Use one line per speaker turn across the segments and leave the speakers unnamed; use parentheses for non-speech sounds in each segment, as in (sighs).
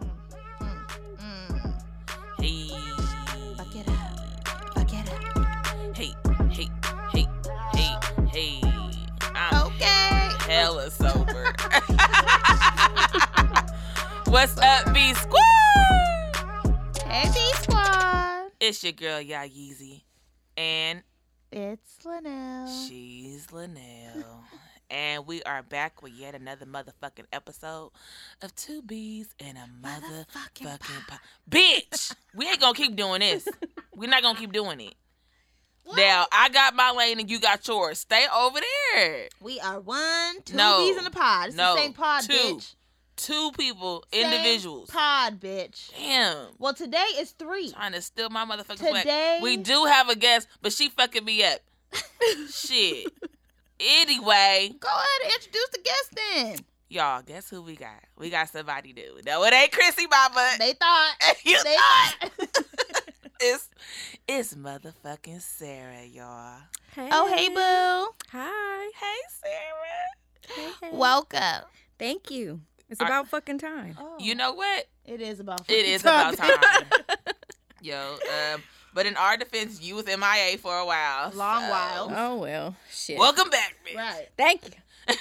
Mm, Oh.
(laughs) What's up, B Squad?
Hey, B Squad.
It's your girl, Ya Yeezy. And
It's Linnell.
she's Linnell. and we are back with yet another motherfucking episode of Two Bees and a Motherfucking,
Motherfucking
Pie. Bitch, we ain't gonna keep doing this. We're not gonna keep doing it.
(laughs) What?
Now, I got my lane and you got yours. Stay over there.
We are one, two
No.
bees in a pod. It's
No.
the same pod,
Two.
bitch.
Two people,
Same
individuals.
pod, bitch.
Damn.
Well, today is three.
Trying to steal my motherfucking swag.
Today,
We do have a guest, but she fucking me up. Shit. Anyway,
Go ahead and introduce the guest then.
y'all, guess who we got? We got somebody new. No, it ain't Chrissy Mama.
They thought.
(laughs) you
They
thought
thought.
it's it's motherfucking Sarah, y'all.
Hey.
(laughs) oh, hey, boo.
Hi.
Hey, Sarah.
Hey, hey.
Welcome.
thank you. It's
I-
about fucking time.
Oh.
You know what?
It is about
It is about time. Yo, um, but in our defense, you was MIA for a while.
Long
so-
while.
Oh well, shit.
Welcome back, bitch.
(laughs) Right.
Thank you.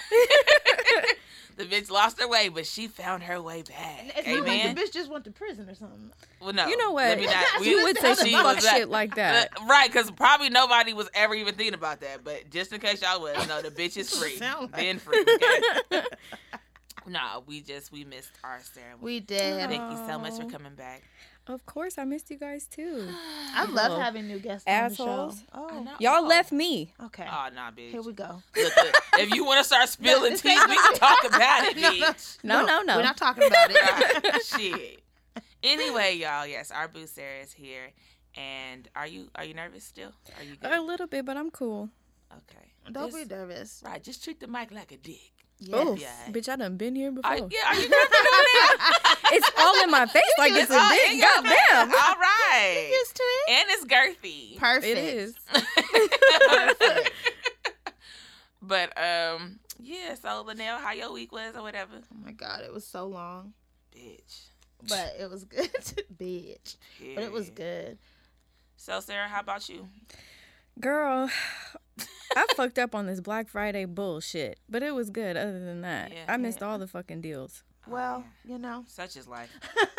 the bitch lost her way, but she found her way back.
And It's not
Amen.
like the bitch just went to prison or something.
well, no,
You know what?
oh, Let me
(laughs)
not.
we-
you would say
That's
some
the
fuck
was not-
shit
(laughs)
like that.
Uh, right, because probably nobody was ever even thinking about that. But just in case y'all was, no, the bitch
(laughs)
is free.
Sound like-
Been free. Okay?
(laughs)
nah, we just we missed our ceremony.
We did.
Thank you so much for
Aw.
coming back.
of course, I missed you guys too.
I love having new guests
Assholes.
on the show.
I
Oh,
know.
Y'all
Oh.
left me.
okay.
Oh nah, bitch.
Here we
(laughs)
go.
Look, look, if you want
(laughs)
to start spilling
this
tea,
ain't
we
my-
can talk about
(laughs)
it,
No, no.
bitch.
No, no, no.
We're not talking about it.
(laughs) Right, Shit. Anyway, y'all, yes, our boo Sarah is here, and are you are you nervous still? Are you good?
A little bit, but I'm cool.
okay.
Don't
Just-
be nervous.
Right, just treat the mic like a dick.
Oh,
Yes.
Yeah.
bitch, I done been here before.
Are, yeah, are
(laughs)
you nervous doing that?
(laughs) It's all in
(laughs)
my face like it's
Oh,
a dick. Goddamn.
All right.
Used to it.
And it's girthy.
Perfect.
It is.
Perfect. (laughs) but um, yeah. So Linnell, how your week was or whatever,
Oh my god, it was so long,
bitch.
but it was good, (laughs) bitch. But it was
period.
good.
So Sarah, how about you?
Girl, (sighs) I fucked up on this Black Friday bullshit, but it was good other than that.
Yeah.
I missed
Yeah.
all the fucking deals.
Oh,
Well, you know,
Such is life.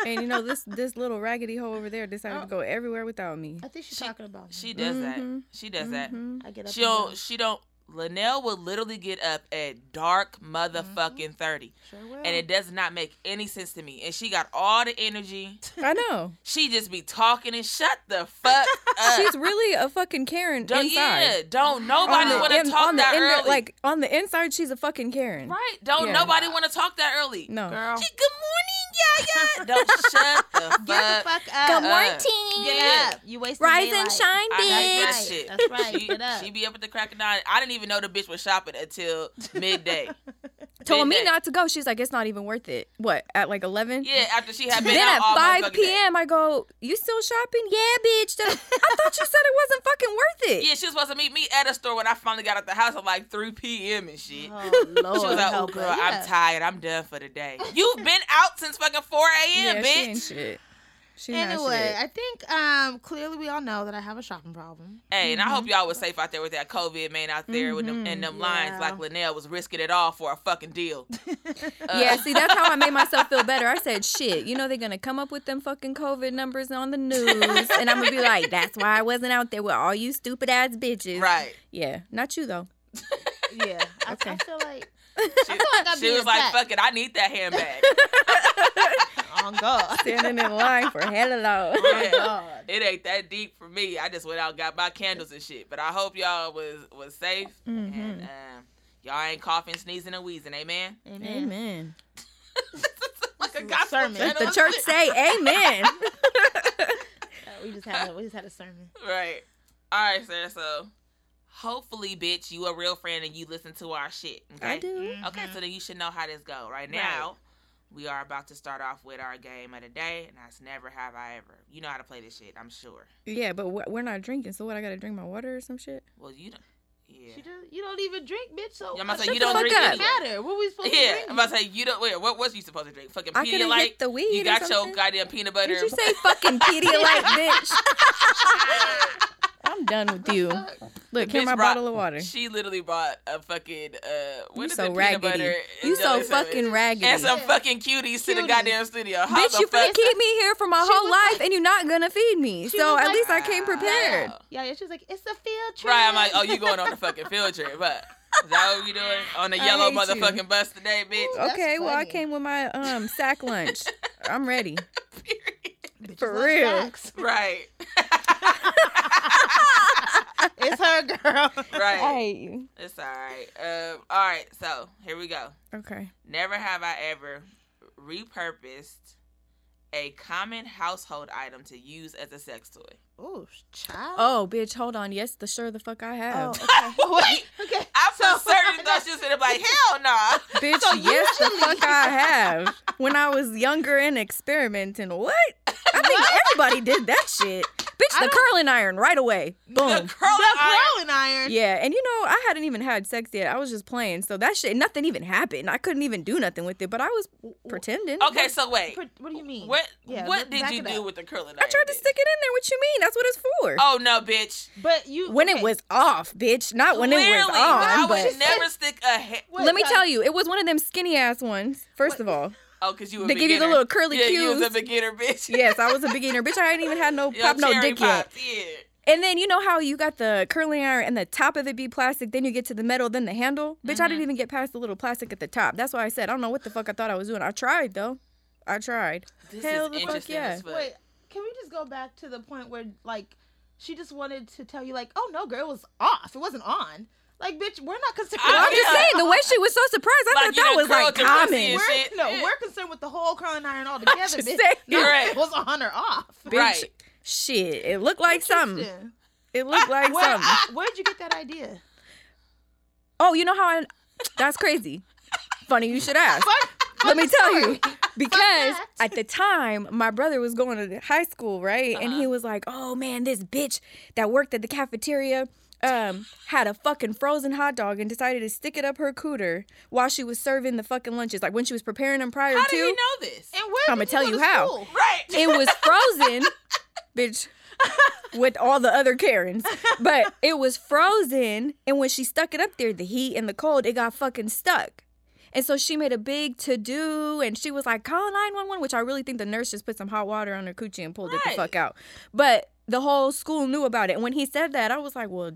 And you know, this this little raggedy hoe over there decided
Oh.
to go everywhere without me.
I think she's
She-
talking about me.
She does that.
Mhm.
She does that. (laughs)
Mhm.
I get up.
She don't. She don't. Linnell will literally get up at dark
Mm-hmm.
motherfucking thirty,
Sure will.
and it does not make any sense to me. And she got all the energy.
I know.
She just be talking and shut the fuck
(laughs)
up.
She's really a fucking Karen
Uh, Don't,
inside.
yeah, don't
On
nobody
the
want
in-
to talk
on the
that
inner-
early.
Like on the inside, she's a fucking Karen.
right? Don't
Yeah.
nobody want to talk that early.
No.
girl.
She, good morning, yeah, yeah. Don't shut
(laughs)
the fuck.
Get the fuck up.
Come on,
Get up. You wasting
Rise and
daylight.
shine,
I hate that
bitch.
That's right.
shit.
That's right.
She,
Get up.
she be up at the crack of dawn. I didn't even know the bitch was shopping until
(laughs)
midday.
Told me
Midday.
not to go. She's like, it's not even worth it. What at like eleven?
Yeah, after she had been
Then
out
at
all
5
motherfucking day.
p.m., I go, You still shopping? Yeah,
(laughs)
bitch. That- I thought you said it wasn't fucking worth it.
Yeah, she was supposed to meet me at a store when I finally got out the house at like 3 p.m. and shit.
Oh lord.
(laughs) she was like, oh,
help her.
girl,
Yeah.
I'm tired. I'm done for the day. You've been out since fucking 4 a.m.,
Yeah, she ain't
bitch.
shit. She not
Anyway,
shit.
I think um clearly we all know that I have a shopping problem.
Hey, and I
Mm-hmm.
hope y'all was safe out there with that COVID man out there with them and them lines
Yeah.
like Linnell was risking it all for a fucking
(laughs)
deal. Uh,
Yeah, see, that's how I made myself feel better. I said, shit, you know, they're going to come up with them fucking COVID numbers on the news. And I'm going to be like, that's why I wasn't out there with all you stupid ass
(laughs)
bitches.
Right.
Yeah, not you, though.
Yeah. (laughs) I, I
Okay.
feel like
She,
like I'm
she
being
was like,
attacked.
fuck it, I need
(laughs)
that handbag.
on oh, (laughs) God. Oh,
Standing in line for hello. (laughs)
Yeah.
God.
It ain't that deep for me. I just went out and got my candles and shit. But I hope y'all was was safe
Mm-hmm.
and um, y'all ain't coughing, sneezing, and wheezing. Amen.
Amen.
Amen.
like a
is a
gospel
sermon.
channel.
Let the church say
(laughs)
amen.
Uh, We just had a, we just had a sermon.
Right. All right, sir. So hopefully, bitch, you a real friend and you listen to our shit. Okay?
I do.
Mm-hmm.
Mm-hmm.
Okay, so then you should know how this go. Right now, we are about to start off with our game of the day, and that's never have I ever. You know how to play this shit, I'm sure.
Mm-hmm. Yeah, but we- we're not drinking, so what? I got to drink my water or some shit?
Well, you don't. Yeah.
She does, you don't even drink, bitch. So
Yeah, I'm about to
what
say you
the
don't
fuck
drink
up.
anyway.
matter? What we supposed
Yeah,
to drink?
I'm about to say you don't. Wait, what was you supposed to drink? Fucking
I could have hit
Pedialyte.
the weed.
You got
or
your
something.
goddamn peanut butter. (laughs)
Did you (laughs)
and-
say fucking Pedialyte, bitch?
I'm
I'm done with you.
(laughs)
Look,
bitch
here's my
brought-
bottle of water.
She literally brought a fucking uh, what
You
is it,
so
peanut
raggedy.
butter and
You so
jelly sandwich.
fucking raggedy.
and some
Yeah.
fucking cuties to the
Cuties.
goddamn studio. How
Bitch,
the
you
fuck?
finna keep me here for my
She
whole
was
life,
like-
and you're not gonna feed me.
She
So
was
at
like-
least I came prepared.
Wow.
Yeah, yeah, she was like, it's a field trip.
Right, I'm like, oh, you going on a fucking field trip? But is that what you doing on the
I
yellow
hate you.
motherfucking bus today,
(laughs)
bitch?
That's
Okay, well I
funny.
came with my um
(laughs)
sack lunch. I'm ready.
(laughs) Bitches
for
love
real.
sex.
right,
(laughs)
(laughs)
It's her girl.
I
right.
hate you.
It's all right. Um, all right, so here we go.
Okay.
Never have I ever repurposed a common household item to use as a
(laughs)
sex toy.
Ooh, child. Oh,
Oh, bitch, hold on. Yes, the sure the fuck I have.
Wait,
okay.
(laughs) I for
So- (laughs)
certain thought she was gonna be like, hell no.
(laughs) Bitch, yes, the fuck I have. When I was younger and experimenting, what?
(laughs)
I think everybody did that shit. Bitch, the curling iron right away. Boom.
The curling
The
iron.
growing
(laughs)
iron.
Yeah, and you know, I hadn't even had sex yet. I was just playing. So that shit, nothing even happened. I couldn't even do nothing with it, but I was pretending.
Okay, so wait.
Pre- What do you mean?
What
Yeah,
what
but
did
back
you
it
do
up.
with the curling iron?
I tried to
bitch?
stick it in there. What you mean? That's what it's for.
(laughs) Oh no, bitch.
But
Oh,
you.
when
okay.
it was off, bitch. Not when
Clearly,
it was
I
on.
would
But
never stick a he-
Wait,
let me
no,
tell you, it was one of them skinny ass ones. First of all,
Oh, cause you a
they give you the
beginner.
little curly
yeah, you
cues.
was a beginner, bitch. (laughs)
yes, I was a beginner, bitch. I ain't even had no
Your
pop, no
cherry
dick yet.
popped, Yeah.
And then you know how you got the curling iron and the top of it be plastic, then you get to the metal, then the handle. Bitch,
Mm-hmm.
I didn't even get past the little plastic at the top. That's why I said I don't know what the fuck I thought I was doing. I tried though. I tried.
This
Hell the
is
fuck
interesting
yeah.
as fuck.
Wait, can we just go back to the point where like she just wanted to tell you like, oh no, girl, it was off. It wasn't on. Like, bitch, we're not concerned.
I-
Well, I'm just
yeah.
saying the way she was so surprised, I
Like,
thought
you
that
done
was like
curled your pussy
common.
and
(laughs)
We're,
shit.
No,
Yeah.
we're concerned with the whole curling iron
(laughs)
altogether,
just
bitch. (laughs)
saying.
No,
Correct.
it was on or off.
Bitch,
Right.
(laughs) Shit, it looked like something.
Interesting.
(laughs)
It looked like
Where,
something.
where'd you get that idea?
Oh, you know how I. That's crazy. Funny you should ask.
What? (laughs)
Let me tell you. Because
fact.
at the time, my brother was going to high school, right? And he was like, oh man, this bitch that worked at the cafeteria um, had a fucking frozen hot dog and decided to stick it up her cooter while she was serving the fucking lunches. Like when she was preparing them prior
How
to.
did he know this?
And where?
I'ma
did
tell
go
you
to
how.
school?
Right.
it was frozen, bitch, with all the other Karens. But it was frozen, and when she stuck it up there, the heat and the cold, it got fucking stuck. And so she made a big to do, and she was like, call 911, which I really think the nurse just put some hot water on her coochie and pulled it the
Right.
fuck out. But the whole school knew about it. And when he said that, I was like, well,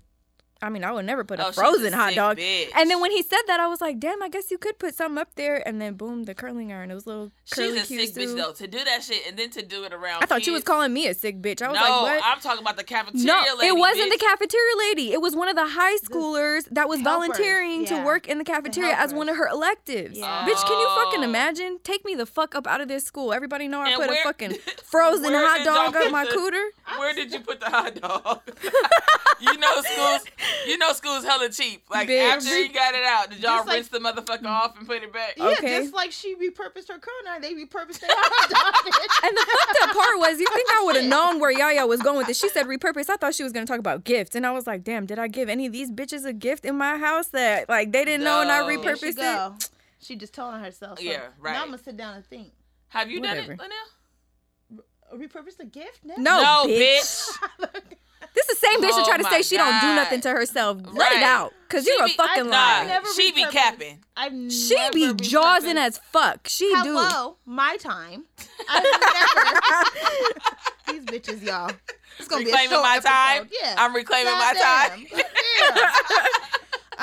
I mean, I would never put a
Oh, she's a
frozen hot
sick
dog.
bitch.
And then when he said that, I was like, damn, I guess you could put something up there. And then boom, the curling iron. It was little
She's
curly
a sick
cues,
bitch
too.
though. To do that shit and then to do it around.
I thought you was
kids.
calling me a sick bitch. I was
no,
like, what?
I'm talking about the cafeteria
No,
lady.
it wasn't
bitch.
the cafeteria lady. It was one of the high schoolers that was
helpers,
volunteering to
yeah.
work in the cafeteria as one of her electives.
Yeah.
Bitch, can you fucking
Oh.
imagine? Take me the fuck up out of this school. Everybody know I
And
put a
where- (laughs)
fucking frozen
where
hot
did
dog
y'all (laughs)
up my
put the-
cooter.
Where did you put the hot
(laughs)
dog? you know schools. You know schools hella cheap. Like
Bitch.
after you got it out, did y'all
Just like-
rinse the motherfucker off and put it back?
Yeah,
Okay.
just like she repurposed her curling iron, they repurposed their (laughs) hot dog. bitch.
And the fucked up part was, you think
(laughs)
I would have known where Yaya was going with this? She said repurpose. I thought she was gonna talk about gifts, and I was like, damn, did I give any of these bitches a gift in my house that like they didn't know and I
No.
There
repurposed
she
it?
go. She just told on herself. So
Yeah, right.
Now I'm gonna sit down and think.
Have you done
Whatever.
it, Linnell?
Repurpose the gift?
No,
no,
bitch.
bitch.
This is the same bitch that
Oh
try to
my
say she don't do
God.
nothing to herself. Let it
Right.
out, cause
She
you're a
be-
fucking
nah,
liar.
never
she be
repurposed.
capping.
(laughs) I've
She
never
be
repurposed-
jawsing as fuck. She
Hello, my time. I've never.
(laughs)
These bitches, y'all. It's gonna be a
Reclaiming
short
my time.
episode. Yeah.
I'm reclaiming my time.
Goddamn.
(laughs)
Goddamn.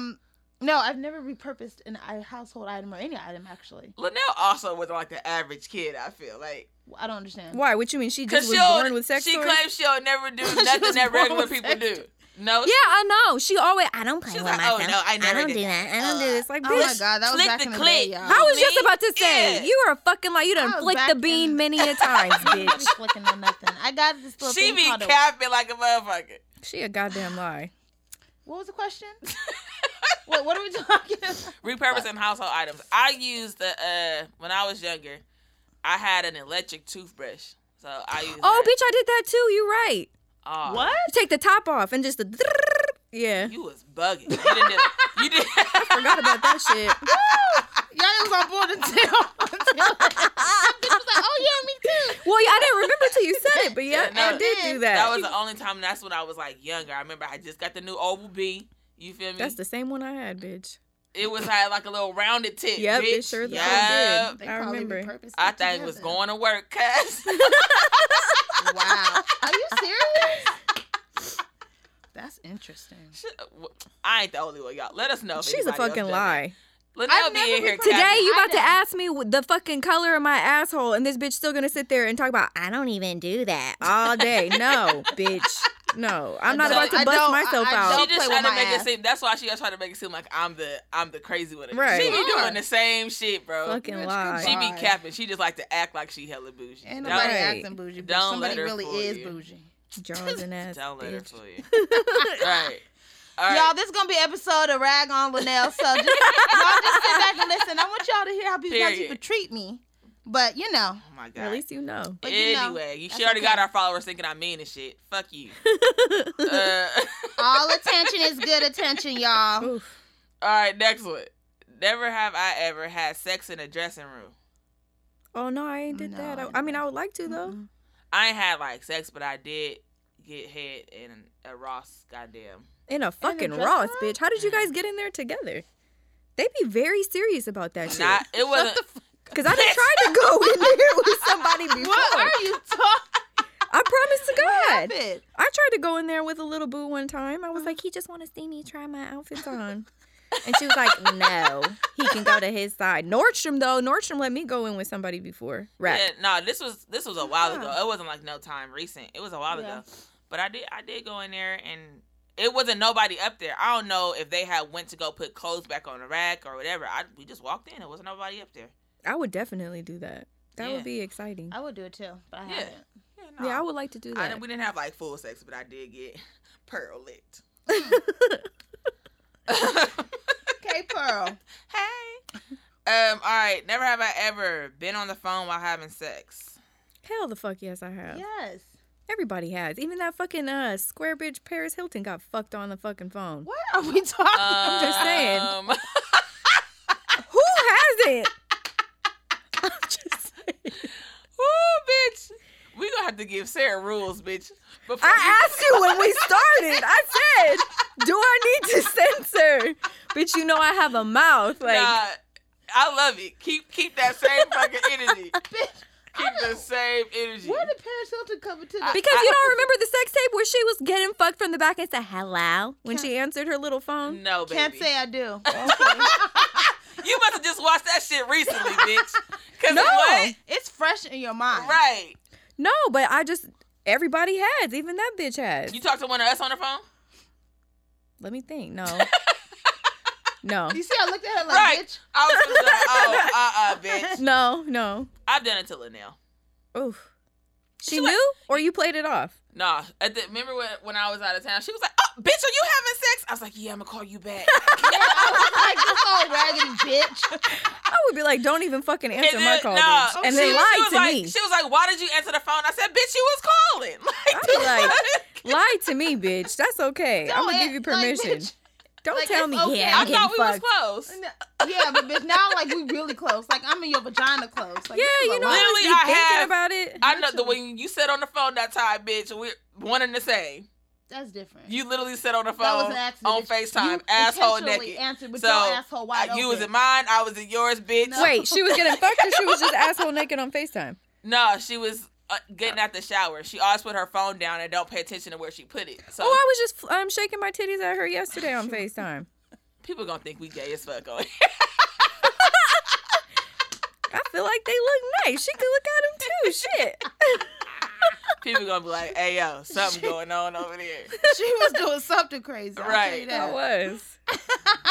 um, no, I've never repurposed an i- household item or any item. Actually,
Linnell also wasn't like the average kid. I feel like
I don't
do.
understand.
Why? What you mean? She
because
just
she
was born with sex
she
toys?
claims she'll never
(laughs)
do
She
nothing
was
that
born
regular
with
people
sex
do. No,
yeah, I know. She always. I don't play
She's
with
like,
myself.
oh, no, I never
don't
did
do that. I don't do this. Like,
oh my
bitch.
god, that was
click
back
the
in the
click.
day, y'all.
I was
Me?
just about to say
Yeah.
you are a fucking lie. You
I
done
was
flicked
back
the
in-
bean many
(laughs)
a times, bitch.
Nobody flicking on nothing. I got this little
she
thing
be
called a-
capping like a motherfucker.
she a goddamn lie.
What was the question? what, what are we talking about?
repurposing household items. I used the uh when I was younger, I had an electric toothbrush. So I used
Oh,
that.
bitch, I did that too. You right.
(laughs) Oh,
You take the top off and just the. Yeah.
You was bugging. You didn't do, you did (laughs)
Forgot about that shit.
Y'all was on (laughs) board until. until bitch was like, oh, yeah, me too.
Well, yeah, I didn't remember till you said it, but But yeah,
Yeah,
I
no,
did do that.
That was the only time. That's when I was like younger. I remember I just got the new Oval B. You feel me?
That's the same one I had, bitch.
it was had like a little rounded tip.
Yep,
bitch.
it sure the fuck
Yep.
did. I remember.
I thought it was going to work, cuz.
Wow. Are you serious? (laughs)
That's interesting.
(laughs) I ain't the only one, y'all. Let us know. If
She's a
anybody else
fucking
done
lie.
that.
I've
Linnell be
never
in here
been-
Today
I
you about to
done-
ask me wh- the fucking color of my asshole, and this bitch still gonna sit there and talk about I don't even do that all day. No, bitch. No, I'm not
don't-
about
I
to bust
don't-
myself
I- I
out.
don't-
She
play
just tried
with
to
my
make
ass.
it seem. That's why she was trying to make it seem like I'm the I'm the crazy one.
Right.
She be
You
doing
are.
the same shit, bro.
Fucking
Bitch,
lie.
she be
Bye.
capping. She just like to act like she hella bougie.
Ain't
Don't-
nobody
Right.
acting bougie. But
Don't let
somebody
her
really
fool
is
you.
bougie.
(laughs) Jaws and ass.
Don't let her
bitch.
fool you. right. All right.
Y'all, this is gonna be an episode of Rag on Linnell. So just, (laughs) y'all just sit back and listen. I want y'all to hear how people how
Period.
people treat me. But you know,
oh my god.
At least you know.
but you know,
anyway, you, she
that's
already got
okay.
our followers thinking I mean and shit. Fuck you. uh, (laughs)
all attention is good attention, y'all.
Oof.
all right, next one. Never have I ever had sex in a dressing room.
Oh no, I ain't did
No,
that.
I
I, I mean, I would like to though.
Mm-mm.
I ain't had like sex, but I did get head in a Ross. Goddamn.
In a fucking
dressing
Ross,
room?
bitch. How did you
Mm.
guys get in there together? They be very serious about that shit.
Not, it wasn't.
Cause I done tried to go in there with somebody before.
What are you talking
I promise to God.
about?
I tried to go in there with a little boo one time. I was
Uh-huh.
like, he just want to see me try my
(laughs)
outfits on. And she was like, no, he can go to his side. Nordstrom, though, Nordstrom let me go in with somebody before. Right.
Yeah, no, this was this was a while ago.
Yeah.
It wasn't like no time recent. It was a while
Yeah.
ago. But I did I did go in there and it wasn't nobody up there. I don't know if they had went to go put clothes back on the rack or whatever. I we just walked in. It wasn't nobody up there.
I would definitely do that. That
Yeah.
would be exciting.
I would do it too, but I
Yeah.
haven't.
Yeah,
yeah, I would like to do
I
that.
didn't, we didn't have like full sex, but I did get (laughs) pearl
(laughs)
licked.
(laughs) Okay, Pearl.
hey. Um. All right. Never have I ever been on the phone while having
(laughs)
sex.
Hell the fuck yes, I have.
yes.
Everybody has. Even that fucking uh, square bitch Paris Hilton got fucked on the fucking phone.
What are we talking? Uh,
I'm
just saying.
Um,
Who hasn't? (laughs) I'm just saying.
Woo, bitch. We gonna have to give Sarah rules, bitch. Before you-
I asked you when we started. I said, "Do I need to censor?" But you know, I have a mouth. Like,
Nah, I love it. Keep keep that same fucking energy. Keep
(laughs)
the same energy.
Where did Paris Hilton come into this?
because you don't remember the sex tape where she was getting fucked from the back and said "hello" when she answered her little phone.
No, baby.
Can't say I (laughs) do.
You must have just watched that shit recently,
(laughs)
bitch. Cause
No.
what?
It's fresh in your mind.
Right.
No, but I just everybody has. Even that bitch has.
You talked to one of us on the phone?
Let me think.
(laughs)
No. No.
You see, I looked at her like,
Right.
bitch.
I was just
(laughs)
like, oh, uh, uh, bitch.
No. No.
I've done it to Linnell.
Oof. She
She like-
knew, or you played it off.
Nah, at the, remember when, when I was out of town? She was like, "Oh, bitch, are you having sex?" I was like, "Yeah, I'm gonna call you
(laughs)
back."
I was like, this (laughs) old raggedy bitch.
I would be like, "Don't even fucking answer my call,
nah,
bitch," and then
Oh, she- she
lied
was
to
like, (laughs)
me.
She was like, "Why did you answer the phone?" I said, "Bitch, you was calling." (laughs) Like,
I'd be like, lied to me, bitch. That's okay. I'm
Don't
gonna give you
act like,
permission.
bitch.
Don't
Like,
tell
it's
me,
okay.
yeah,
I
I'm
thought
getting
we
fucked.
was close.
No, yeah, but bitch, now like we really close. Like I'm in your vagina clothes. Like,
yeah,
this is
you
a
know,
lot.
I was
Literally,
be
I
thinking
have-
about
(laughs)
it.
I know that when you said on the phone that time, bitch, we're one and the same.
That's different.
You literally said on the
that was
phone
an accident.
on
bitch.
FaceTime,
You
asshole
intentionally
naked.
Answered with
So,
your asshole wide
Uh, you was
open.
in mine, I was in yours, bitch.
No.
Wait, she was getting fucked, or she was just asshole naked on
(laughs)
Facetime?
No, she was uh, getting out the shower. She always put her phone down and don't pay attention to where she put it. So
Oh, I was just um shaking my titties at her yesterday on Facetime.
people gonna think we gay as fuck on here. (laughs)
I feel like they look nice. She could look at them too. Shit.
People gonna be like, "Hey yo, something
(laughs)
going on over there."
(laughs) she was doing something crazy. I'll tell you
Right. (laughs)
I
that.
was.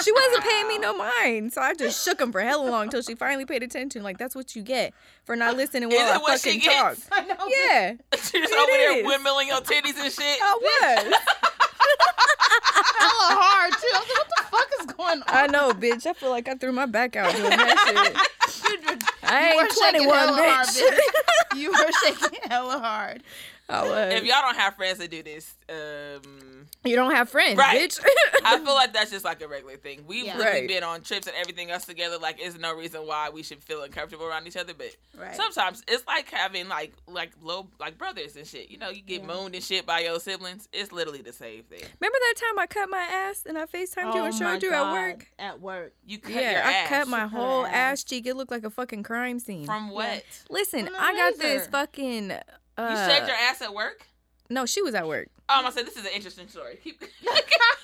She wasn't paying me
Wow.
no mind, so I just shook them for hella long till she finally paid attention. Like that's what you get for not listening
Is
while
it
I
what she
fucking talk.
gets?
(laughs) I know. bitch.
Yeah, (laughs)
She just
It
over there
is. Oh.
windmilling your titties and shit. (laughs)
I was.
hella hard too. I was like, what the fuck is going on?
I know, bitch. I feel like I threw my back out
(laughs)
doing that shit. I
You were
ain't
shaking
21,
hella hard,
bitch.
(laughs) bitch. You were shaking hella hard.
I was.
If y'all don't have friends that do this, um,
you don't have friends,
Right.
bitch.
I feel like that's just like a regular thing. We've
Yeah.
literally
Right.
been on trips and everything else together. Like, it's no reason why we should feel uncomfortable around each other. But
Right.
sometimes it's like having like like little like brothers and shit. You know, you get
Yeah.
mooned and shit by your siblings. It's literally the same thing.
(laughs) Remember that time I cut my ass and I FaceTimed
Oh
you and
my
showed you at
God,
work?
At (laughs) work.
You cut your
Yeah, I
ass.
cut my
She cut her
whole
ass.
ass cheek. It looked like a fucking crime scene.
from what?
Listen,
From the
I got this
razor.
fucking.
you
Uh,
shaved your ass at work?
no, she was at
(laughs)
work.
Oh, I'm gonna say this is an interesting story. (laughs) Keep-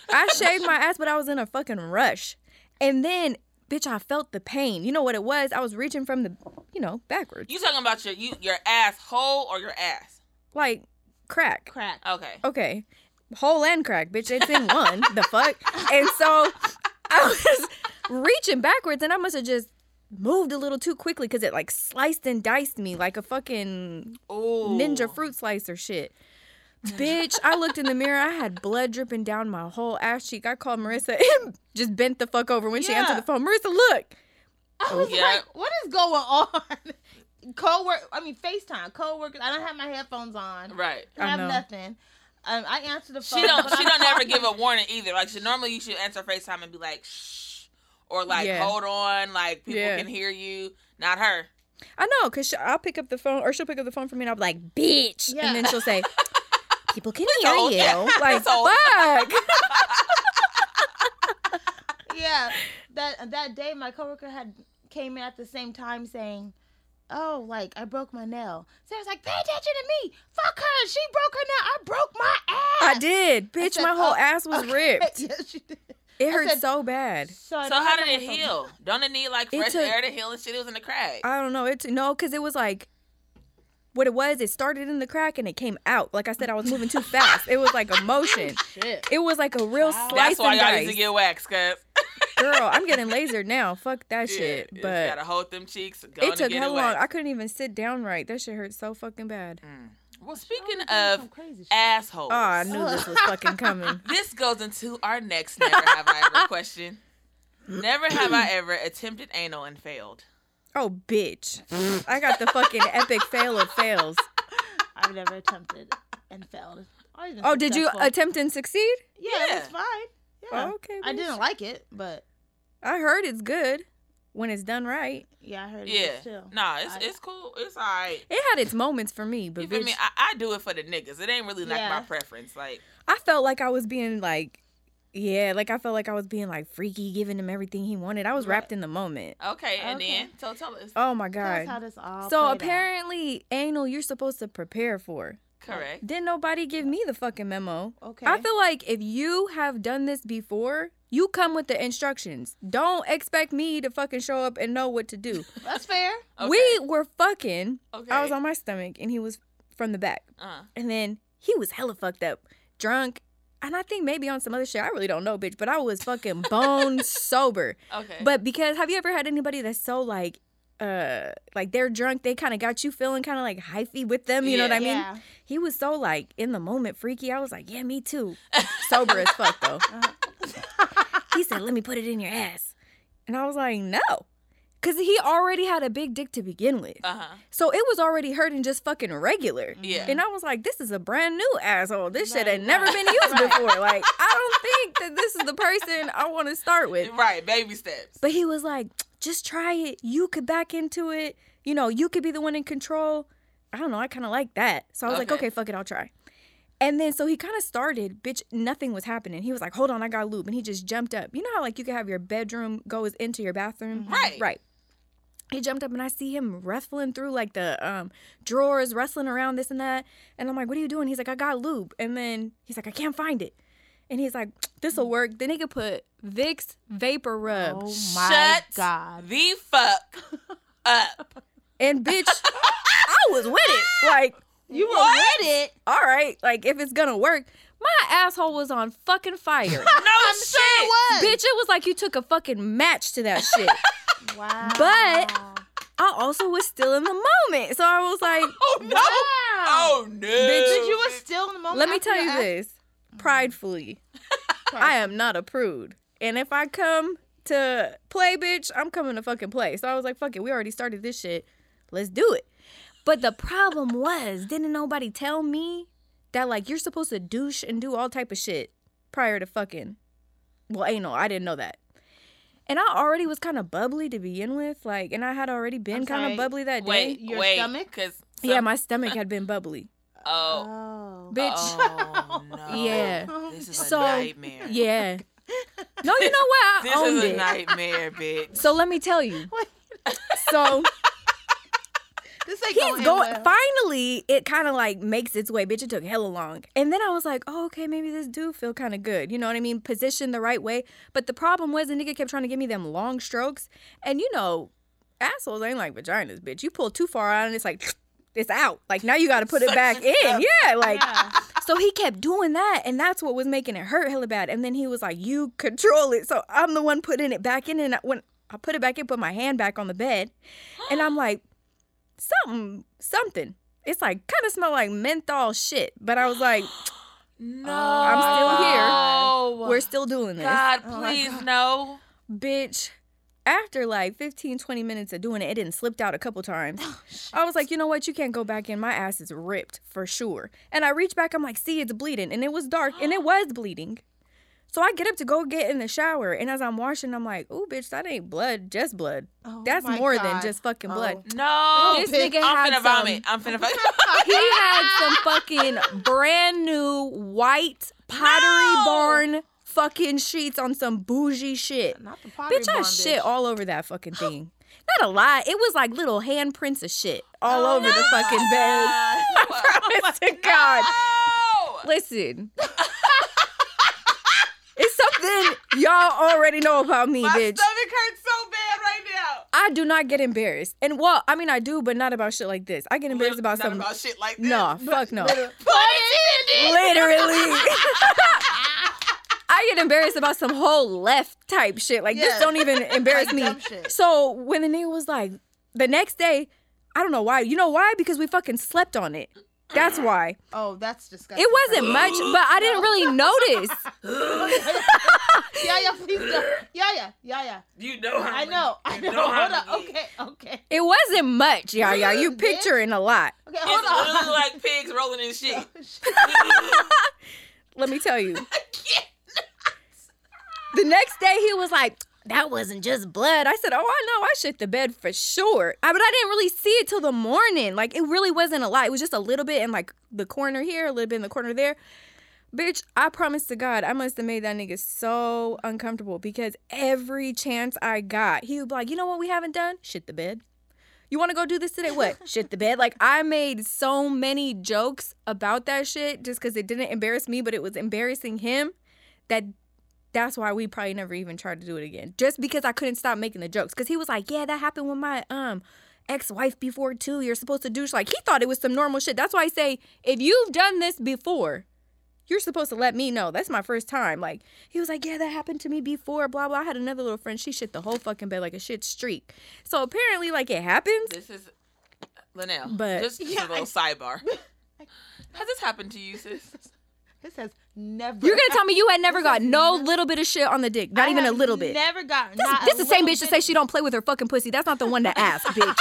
I shaved my ass, but I was in a fucking rush. And then, bitch, I felt the pain. You know what it was? I was reaching from the, you know, backwards.
you talking about your you your asshole or your ass?
Like crack.
Crack.
Okay.
Okay. Whole and crack, bitch. It's in one. the fuck? And so I was reaching backwards and I must have just moved a little too quickly because it like sliced and diced me like a fucking
Ooh.
ninja fruit slicer shit. Bitch, I looked in the mirror. I had blood dripping down my whole ass cheek. I called Marissa (laughs) and just bent the fuck over when she answered
Yeah.
the phone. Marissa, look.
I was
Oh, Yeah.
like, what is going on? (laughs) Co-work, I mean FaceTime, co-workers. I don't have my headphones on.
Right.
I
I
have
know.
nothing. Um, I answer the phone.
She don't.
but
She
I'm
don't ever
talking.
give a warning either. Like she normally, you should answer Facetime and be like, "Shh," or like,
Yeah.
"Hold on," like people
Yeah.
can hear you. Not her.
I know, because I'll pick up the phone or she'll pick up the phone for me and I'll be like, bitch.
Yeah.
And then
(laughs)
she'll say, people can
It's
hear
old.
you.
Yeah.
Like,
It's old.
fuck.
Yeah, that that day my coworker had came in at the same time saying, "Oh, like I broke my nail." Sarah's like, "Pay attention to me! Fuck her! She broke her nail. I broke my ass."
I did. Bitch,
said,
my whole
"Oh,
ass was
Okay, (laughs)
ripped.
yes, she did.
It hurt
said-
so bad.
So, I
So
don't
how
have
did
my
it
headphones.
heal? Don't it need like
It
fresh
took-
air to heal and shit? It was in the crack.
I don't know. It's no, because it was like, what it was, it started in the crack and it came out. Like I said, I was moving too fast. It was like emotion.
Shit.
It was like a real
Wow.
slice
That's why
and
y'all need to
dice.
get waxed, cuz.
Girl, I'm getting lasered now. Fuck that
Yeah, (laughs)
shit.
you
But
gotta hold them cheeks. Go
it took
get
how
it
long?
waxed.
I couldn't even sit down right. That shit hurt so fucking bad.
Mm. Well, speaking
She always doing Oh, some
of
crazy shit. (gasps)
assholes,
Oh, I knew this was
(laughs)
fucking coming.
this goes into our next never have I
(laughs)
ever question. Never have I ever attempted anal and failed.
Oh, bitch. I got the fucking epic fail of fails.
I've never attempted and failed. I've been
Oh, did you
successful.
attempt and succeed?
yeah, it
Yeah.
was fine. Yeah,
Oh, okay.
I
bitch.
didn't like it, but
I heard it's good when it's done right.
yeah, I heard it
Yeah,
was too.
nah, it's
I-
it's cool. It's all right.
It had its moments for me, but
You feel
bitch,
me? I, I do it for the niggas. It ain't really like my
Yeah.
preference. Like,
I felt like I was being like, yeah, like I felt like I was being like freaky, giving him everything he wanted. I was
Right.
wrapped in the moment.
okay, and
Okay.
then so tell us.
Oh my
Tell us how
god.
this all
So
played out.
apparently, anal you're supposed to prepare for.
Correct.
Didn't nobody give me the fucking memo.
Okay.
I feel like if you have done this before, you come with the instructions. Don't expect me to fucking show up and know what to do.
That's fair.
(laughs) Okay.
We were fucking.
Okay.
I was on my stomach and he was from the back.
Uh,
And then he was hella fucked up, drunk, and I think maybe on some other shit. I really don't know, bitch, but I
(laughs)
was fucking bone sober.
okay.
But because have you ever had anybody that's so like uh like they're drunk, they kind of got you feeling kind of like hyphy with them, you know what I mean?
Yeah.
He was so like in the moment freaky. I was like, "Yeah, me too." Sober as fuck though. he said, "Let me put it in your ass." And I was like, "No." Cuz he already had a big dick to begin with.
uh huh.
So it was already hurting just fucking regular.
Yeah.
Mm-hmm. And I was like, this is a brand new asshole. This shit
Right,
had never been used before. Like, I don't think that this is the person I want to start with.
Right. Baby steps.
But he was like, just try it. You could back into it. You know, you could be the one in control. I don't know. I kind of like that. So I was like,
Okay.
okay, fuck it. I'll try. And then so he kind of started, bitch, nothing was happening. He was like, hold on, I got lube. And he just jumped up. You know how, like, you can have your bedroom goes into your bathroom?
Mm-hmm. Right.
Right. He jumped up and I see him ruffling through like the um, drawers, rustling around this and that. And I'm like, what are you doing? He's like, I got lube. And then he's like, I can't find it. And he's like,
Mm.
this'll work. Then he could put Vicks
(laughs)
Vapor Rub.
Oh my
Shut
God.
the
(laughs)
fuck up.
And bitch, I was with it. Like,
You were
What?
with it.
all right, like if it's gonna work, my asshole was on fucking fire.
No shit.
What?
bitch, it was like you took a fucking match to that shit.
Wow.
But- I also was still in the moment. So I was like,
Oh no.
Wow.
Oh no.
Bitch, you were still in the moment.
let me
Oh, after
tell
your
you
act- Mm-hmm.
this
(laughs)
pridefully, I am not a prude. And if I come to play, bitch, I'm coming to fucking play. So I was like, fuck it, we already started this shit. Let's do it. But the problem was, didn't nobody tell me that like you're supposed to douche and do all type of shit prior to fucking? Well, anal. I didn't know that. And I already was kind of bubbly to begin with, like, and I had already been
I'm
kind
sorry.
of bubbly that
wait,
day.
Your
wait,
stomach?
Cause
yeah, my stomach had
(laughs)
been bubbly,
oh,
Oh.
bitch. (laughs)
oh, no.
Yeah.
This is
So-
a nightmare.
Yeah. No, you know what? I
This
owned
is a
it.
nightmare, bitch.
So let me tell you.
Wait.
(laughs)
So
This ain't
he's
going,
going.
well.
Finally, it kind of like makes its way. Bitch, it took hella long. And then I was like, oh, okay, maybe this do feel kind of good. You know what I mean? Positioned the right way. But the problem was the nigga kept trying to give me them long strokes. And you know, assholes ain't like vaginas, bitch. You pull too far out and it's like, (sniffs) it's out. Like now you got to put it
Sucks
back in.
it up.
Yeah, like.
Yeah.
So he kept doing that, and that's what was making it hurt hella bad. And then he was like, "You control it." So I'm the one putting it back in, and I, when I put it back in, put my hand back on the bed, and I'm like, "Something, something." It's like kind of smell like menthol shit, but I was like,
No,
I'm
still
"We're still doing this,
God,
Oh my
please
God.
no.
bitch." After like 15, 20 minutes of doing it, it didn't slipped out a couple times. I was like, you know what? You can't go back in. My ass is ripped for sure. And I reached back. I'm like, see, it's bleeding. And it was dark and it was bleeding. So I get up to go get in the shower. And as I'm washing, I'm like, ooh, bitch, that ain't blood, just blood.
(laughs) Oh
That's
my
more than
God.
just fucking
Oh.
blood.
No.
this
bitch,
nigga
Oh, I'm
had
finna
some,
vomit. I'm finna vomit.
(laughs) He had some fucking brand new white pottery
No!
barn fucking sheets on some bougie shit.
Not the pottery
Bitch, I
barn,
shit all over that fucking thing. Not a lot. It was like little handprints of shit all
Oh,
over
(laughs)
the fucking bed. (laughs) I promise to God.
No.
Listen. it's something y'all already know about
(laughs)
me,
My stomach
bitch.
hurts so bad right now.
I do not get embarrassed. And well, I mean I do, but not about shit like this. I get embarrassed about
Not
something. (laughs)
about shit like this. (laughs)
No, fuck no.
Literally.
(laughs) Literally. I get embarrassed about some whole left type shit. Like this
Yeah.
don't even embarrass
Like
(laughs)
me.
dumb shit.
So when the nigga was like, the next day, I don't know why. You know why? Because we fucking slept on it. That's why.
Oh, that's disgusting.
It wasn't much, but I didn't really notice.
(laughs) Yeah, yeah, please go. Yeah, yeah, yeah, yeah.
You know how
I
many-
know. I know.
You know how
Hold on.
many
Okay, okay.
It wasn't much, y'all. Y'all, you
Bitch.
picturing a lot.
Okay, (laughs)
It's literally
hold Oh,
like pigs rolling in shit.
(laughs)
on.
Let me tell you. The next day, he was like, that wasn't just blood. I said, oh, I know. I shit the bed for sure. I, but I didn't really see it till the morning. Like, it really wasn't a lot. It was just a little bit in, like, the corner here, a little bit in the corner there. Bitch, I promise to God, I must have made that nigga so uncomfortable because every chance I got, he would be like, you know what we haven't done? Shit the bed. You want to go do this today? What? shit the bed. Like, I made so many jokes about that shit just because it didn't embarrass me, but it was embarrassing him that that's why we probably never even tried to do it again. Just because I couldn't stop making the jokes. Cause he was like, Yeah, that happened with my um ex-wife before too. You're supposed to douche. Like he thought it was some normal shit. That's why I say, if you've done this before, you're supposed to let me know. That's my first time. Like he was like, Yeah, that happened to me before, blah blah. I had another little friend. She shit the whole fucking bed like a shit streak. So apparently, like it happens.
This is Linnell.
But-
just
Yeah,
a little sidebar. Has this happened to you, sis?
It says never.
You're gonna tell me you had never got no little bit of shit on the dick. Not
I
even a
have
little bit.
Never gotten.
This,
not
this
a
the same
little
bitch to
bit.
say she don't play with her fucking pussy. That's not the one to ask,
(laughs)
bitch.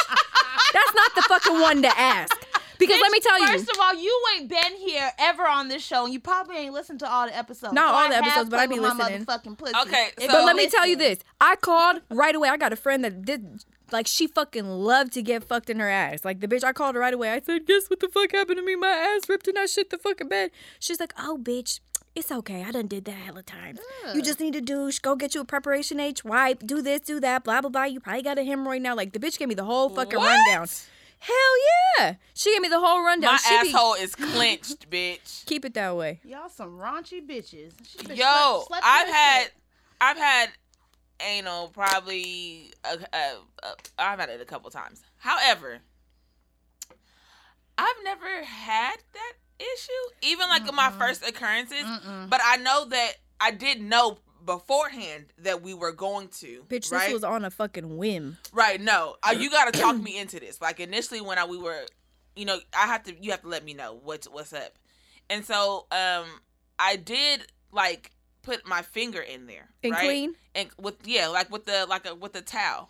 That's not the fucking one to ask. Because let me tell you,
First of all, you ain't been here ever on this show, and you probably ain't listened to all the episodes.
Not
So
all
I
the
have
episodes, but I
played
be
with my
listening.
Motherfucking pussy.
Okay,
If
so-
but
you
let me tell you
listen.
this. I called right away. I got a friend that did like she fucking loved to get fucked in her ass. Like the bitch I called her right away. I said, Guess what the fuck happened to me? My ass ripped and I shit the fucking bed. She's like, Oh bitch, it's okay. I done did that hella times. You just need to douche, go get you a preparation H wipe, do this, do that, blah blah blah. You probably got a hemorrhoid now. Like the bitch gave me the whole fucking
What?
rundown. Hell yeah. She gave me the whole rundown.
My
she be-
asshole is clenched, bitch.
keep it that way.
Y'all some raunchy bitches. She been
Yo,
slept- slept
I've
with
had,
shit.
I've had anal probably, uh, uh, uh, I've had it a couple times. However, I've never had that issue, even like in my first occurrences.
Mm-mm.
But I know that I did know beforehand that we were going to.
Bitch, this
right?
was on a fucking whim.
Right. No, uh, you gotta
(clears throat)
talk me into this. Like initially when I we were, you know, I have to. You have to let me know what's what's up. And so, um, I did like put my finger in there
And
right?
clean.
and with yeah, like with the like a with the towel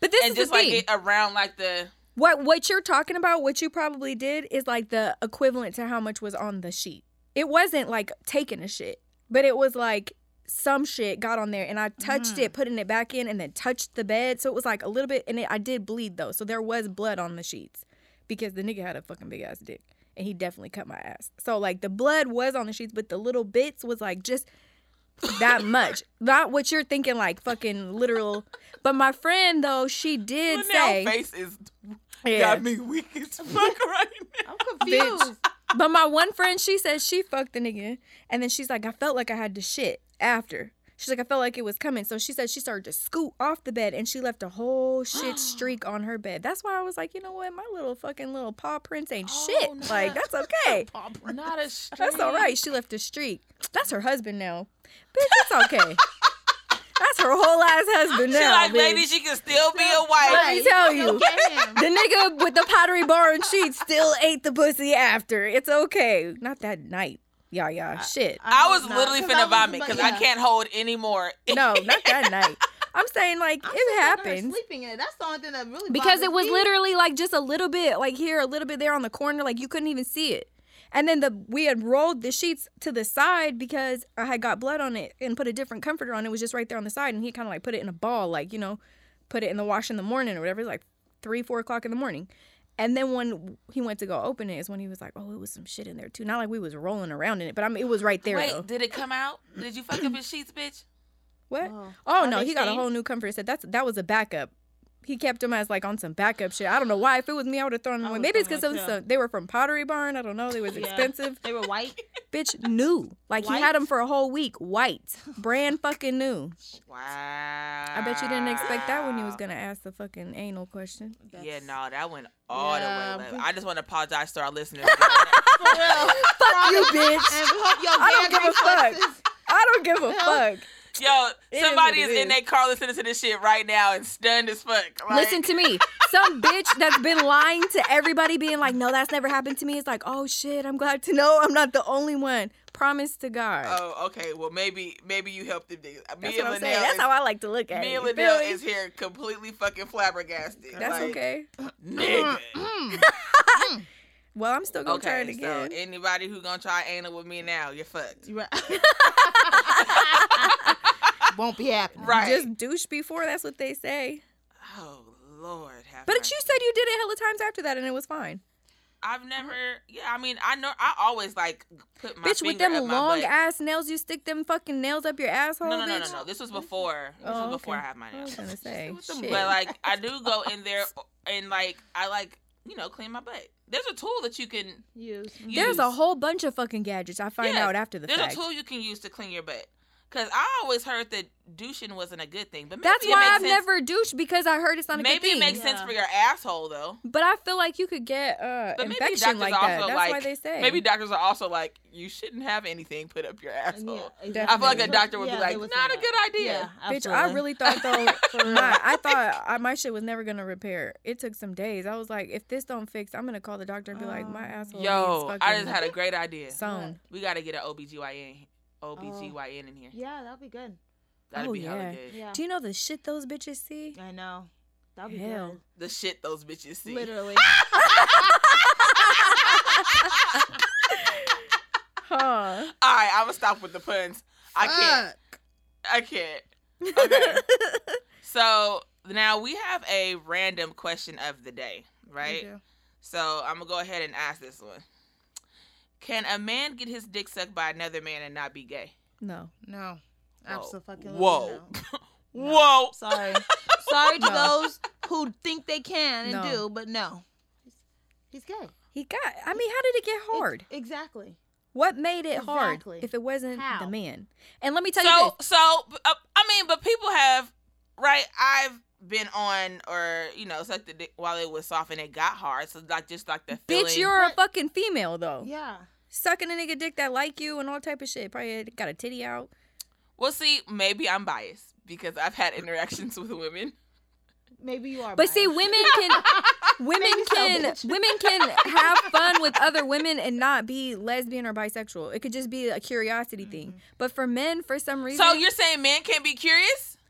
But this
and
is
just
the
like
thing.
it around like the
What what you're talking about, what you probably did is like the equivalent to how much was on the sheet. It wasn't like taking a shit, but it was like some shit got on there and I touched it,
Mm.
putting it back in and then touched the bed. So it was like a little bit and it, I did bleed though. So there was blood on the sheets because the nigga had a fucking big ass dick and he definitely cut my ass. So like the blood was on the sheets, but the little bits was like just
(laughs)
that much. Not what you're thinking, like fucking literal. But my friend though, she did
Linnell
say,
face is
yeah.
got me weak
(laughs)
as fuck right now.
I'm confused.
But my one friend, she said she fucked the nigga, and then she's like, I felt like I had to shit after. She's like, I felt like it was coming. So she said she started to scoot off the bed, and she left a whole
(gasps)
shit streak on her bed. That's why I was like, you know what, my little fucking little paw prints ain't
Oh,
shit.
no.
(laughs)
Like that's okay.
Not a street.
(laughs) That's all right. She left a streak. That's her husband now. Bitch,
(laughs)
it's okay. That's her whole ass husband
She
now.
like,
bitch.
maybe she can still be a
Let
wife.
me tell you. (laughs)
Damn.
The nigga with the pottery bar and sheets still ate the pussy after. It's okay. Not that night. Yeah, yeah. Shit.
I was
hope not,
literally
'cause I was
finna vomit
about-
because
yeah.
I can't hold any more.
No, not that night. I'm saying like
I'm
it
surprised her
happens.
Sleeping in it. That's the only thing that really
Because it
bothers
was
me.
literally like just a little bit, like here, a little bit there on the corner, like you couldn't even see it. And then the we had rolled the sheets to the side because I had got blood on it and put a different comforter on. It was just right there on the side, and he kind of like put it in a ball, like you know, put it in the wash in the morning or whatever, like three, four o'clock in the morning. And then when he went to go open it, is when he was like, "Oh, it was some shit in there too." Not like we was rolling around in it, but I mean, it was right there. though.
Wait, did it come out? Did you fuck up his sheets, bitch?
What?
Oh.
Oh, no,
they
he got a
stained?
whole new comforter set. That's that was a backup. He kept them as like on some backup shit. I don't know why. If it was me, I would have thrown them away.
would've
Maybe it's
thrown
because
them away,
they were from Pottery Barn. I don't know.
(laughs)
They was expensive.
They were white.
Bitch, new. Like he
White?
had them for a whole
(laughs)
week. White, brand fucking new.
Wow.
I bet you didn't expect that when you was (gasps) gonna ask the fucking anal question.
(laughs)
(laughs)
Yeah,
That's-
no, that went all
Yeah,
the way
poop.
left. I just want to apologize to our listeners.
(laughs)
(laughs)
For real.
Fuck you, bitch.
And we hope your
I don't
dad
give a fuck.
reflexes-
I don't give a fuck.
Yo,
It is
somebody
what
is,
it
in
is.
their car listening to this shit right now and stunned as fuck. Like,
Listen to me. Some bitch that's been lying to everybody, being like, "No, that's never happened to me." It's like, "Oh shit, I'm glad to know I'm not the only one." Promise to God.
Oh, okay. Well, maybe maybe you helped them. niggas. Me
That's
and
what I'm
Linnell
saying. That's
is-
how I like to look at
Me
it.
and
You
Linnell
feel me?
is here completely fucking flabbergasted.
That's
like,
okay.
(laughs)
(laughs)
Nigga.
Mm-hmm.
Well, I'm still gonna try it
Okay, so
again.
anybody who gonna try anal with me now, you're fucked.
You right. (laughs) Won't be happening.
Right.
Just douche before. That's what they say.
oh Lord, have
But
mercy.
you said you did it hella times after that, and it was fine.
I've never. Yeah, I mean, I know. I always like put my
bitch, with
finger
them
up my
long
butt.
ass nails, you stick them fucking nails up your asshole.
No, no, no,
bitch.
no, no. This was before. This
Oh,
was before
okay.
I had my
I
nails.
was gonna say,
With them-
shit.
But like, I do
(laughs)
go in there and like, I like, you know, clean my butt. There's a tool that you can.
Use.
Use.
there's a whole bunch of fucking gadgets I find
Yeah,
out after the
There's
fact.
a tool you can use to clean your butt. Cause I always heard that douching wasn't a good thing, but maybe
That's
it
why
makes
I've
sense-
never douched because I heard it's not a
Maybe
good thing.
it makes sense
Yeah.
for your asshole though.
but I feel like you could get uh,
But maybe doctors
infection like
also
that. That's why
like-
they say
Maybe doctors are also like, you shouldn't have anything put up your asshole.
exactly.
I feel like a
Definitely.
doctor would
Yeah,
be
they
like,
would say
not a
that.
good idea.
Yeah,
Bitch, I really
(laughs)
thought though, my, I thought I, my shit was never gonna repair. It took some days. I was like, if this don't fix, I'm gonna call the doctor and be like, my
Um,
asshole.
Yo,
needs
I
fucking
just had a great idea.
sewn.
We got to get an OBGYN, OBGYN in here.
Oh. Yeah, that'll be good.
That'd
Oh,
be hella
yeah.
good.
Yeah.
Do you know the shit those bitches see?
I know. That'll be
Hell.
good.
The shit those bitches see.
Literally.
(laughs) Huh?
(laughs) All right, I'm gonna stop with the puns. I
Uh,
can't. I can't. Okay. so now we have a random question of the day, right? So I'm gonna go ahead and ask this one. Can a man get his dick sucked by another man and not be gay?
(laughs) no.
No.
Absolutely.
Whoa.
no.
Whoa.
Sorry. Sorry to
No.
those who think they can and
No.
do, but no. He's gay.
He got. I mean, how did it get hard?
Exactly.
what made it hard?
Exactly.
If it wasn't
How?
the man. And let me tell you
So
this.
so uh, I mean, but people have right. I've been on or you know sucked the dick while it was soft and it got hard. So like just like the feeling.
Bitch, you're a
But-
fucking female though.
Yeah.
Sucking a nigga dick that like you and all type of shit. Probably got a titty out.
Well, see, maybe I'm biased because I've had interactions (laughs) with women.
Maybe you are.
But see,
biased.
women can women
Maybe so,
can
bitch.
women can have fun with other women and not be lesbian or bisexual. It could just
Mm-hmm.
be a curiosity thing. But for men, for some reason,
So you're saying men can't be curious? (laughs)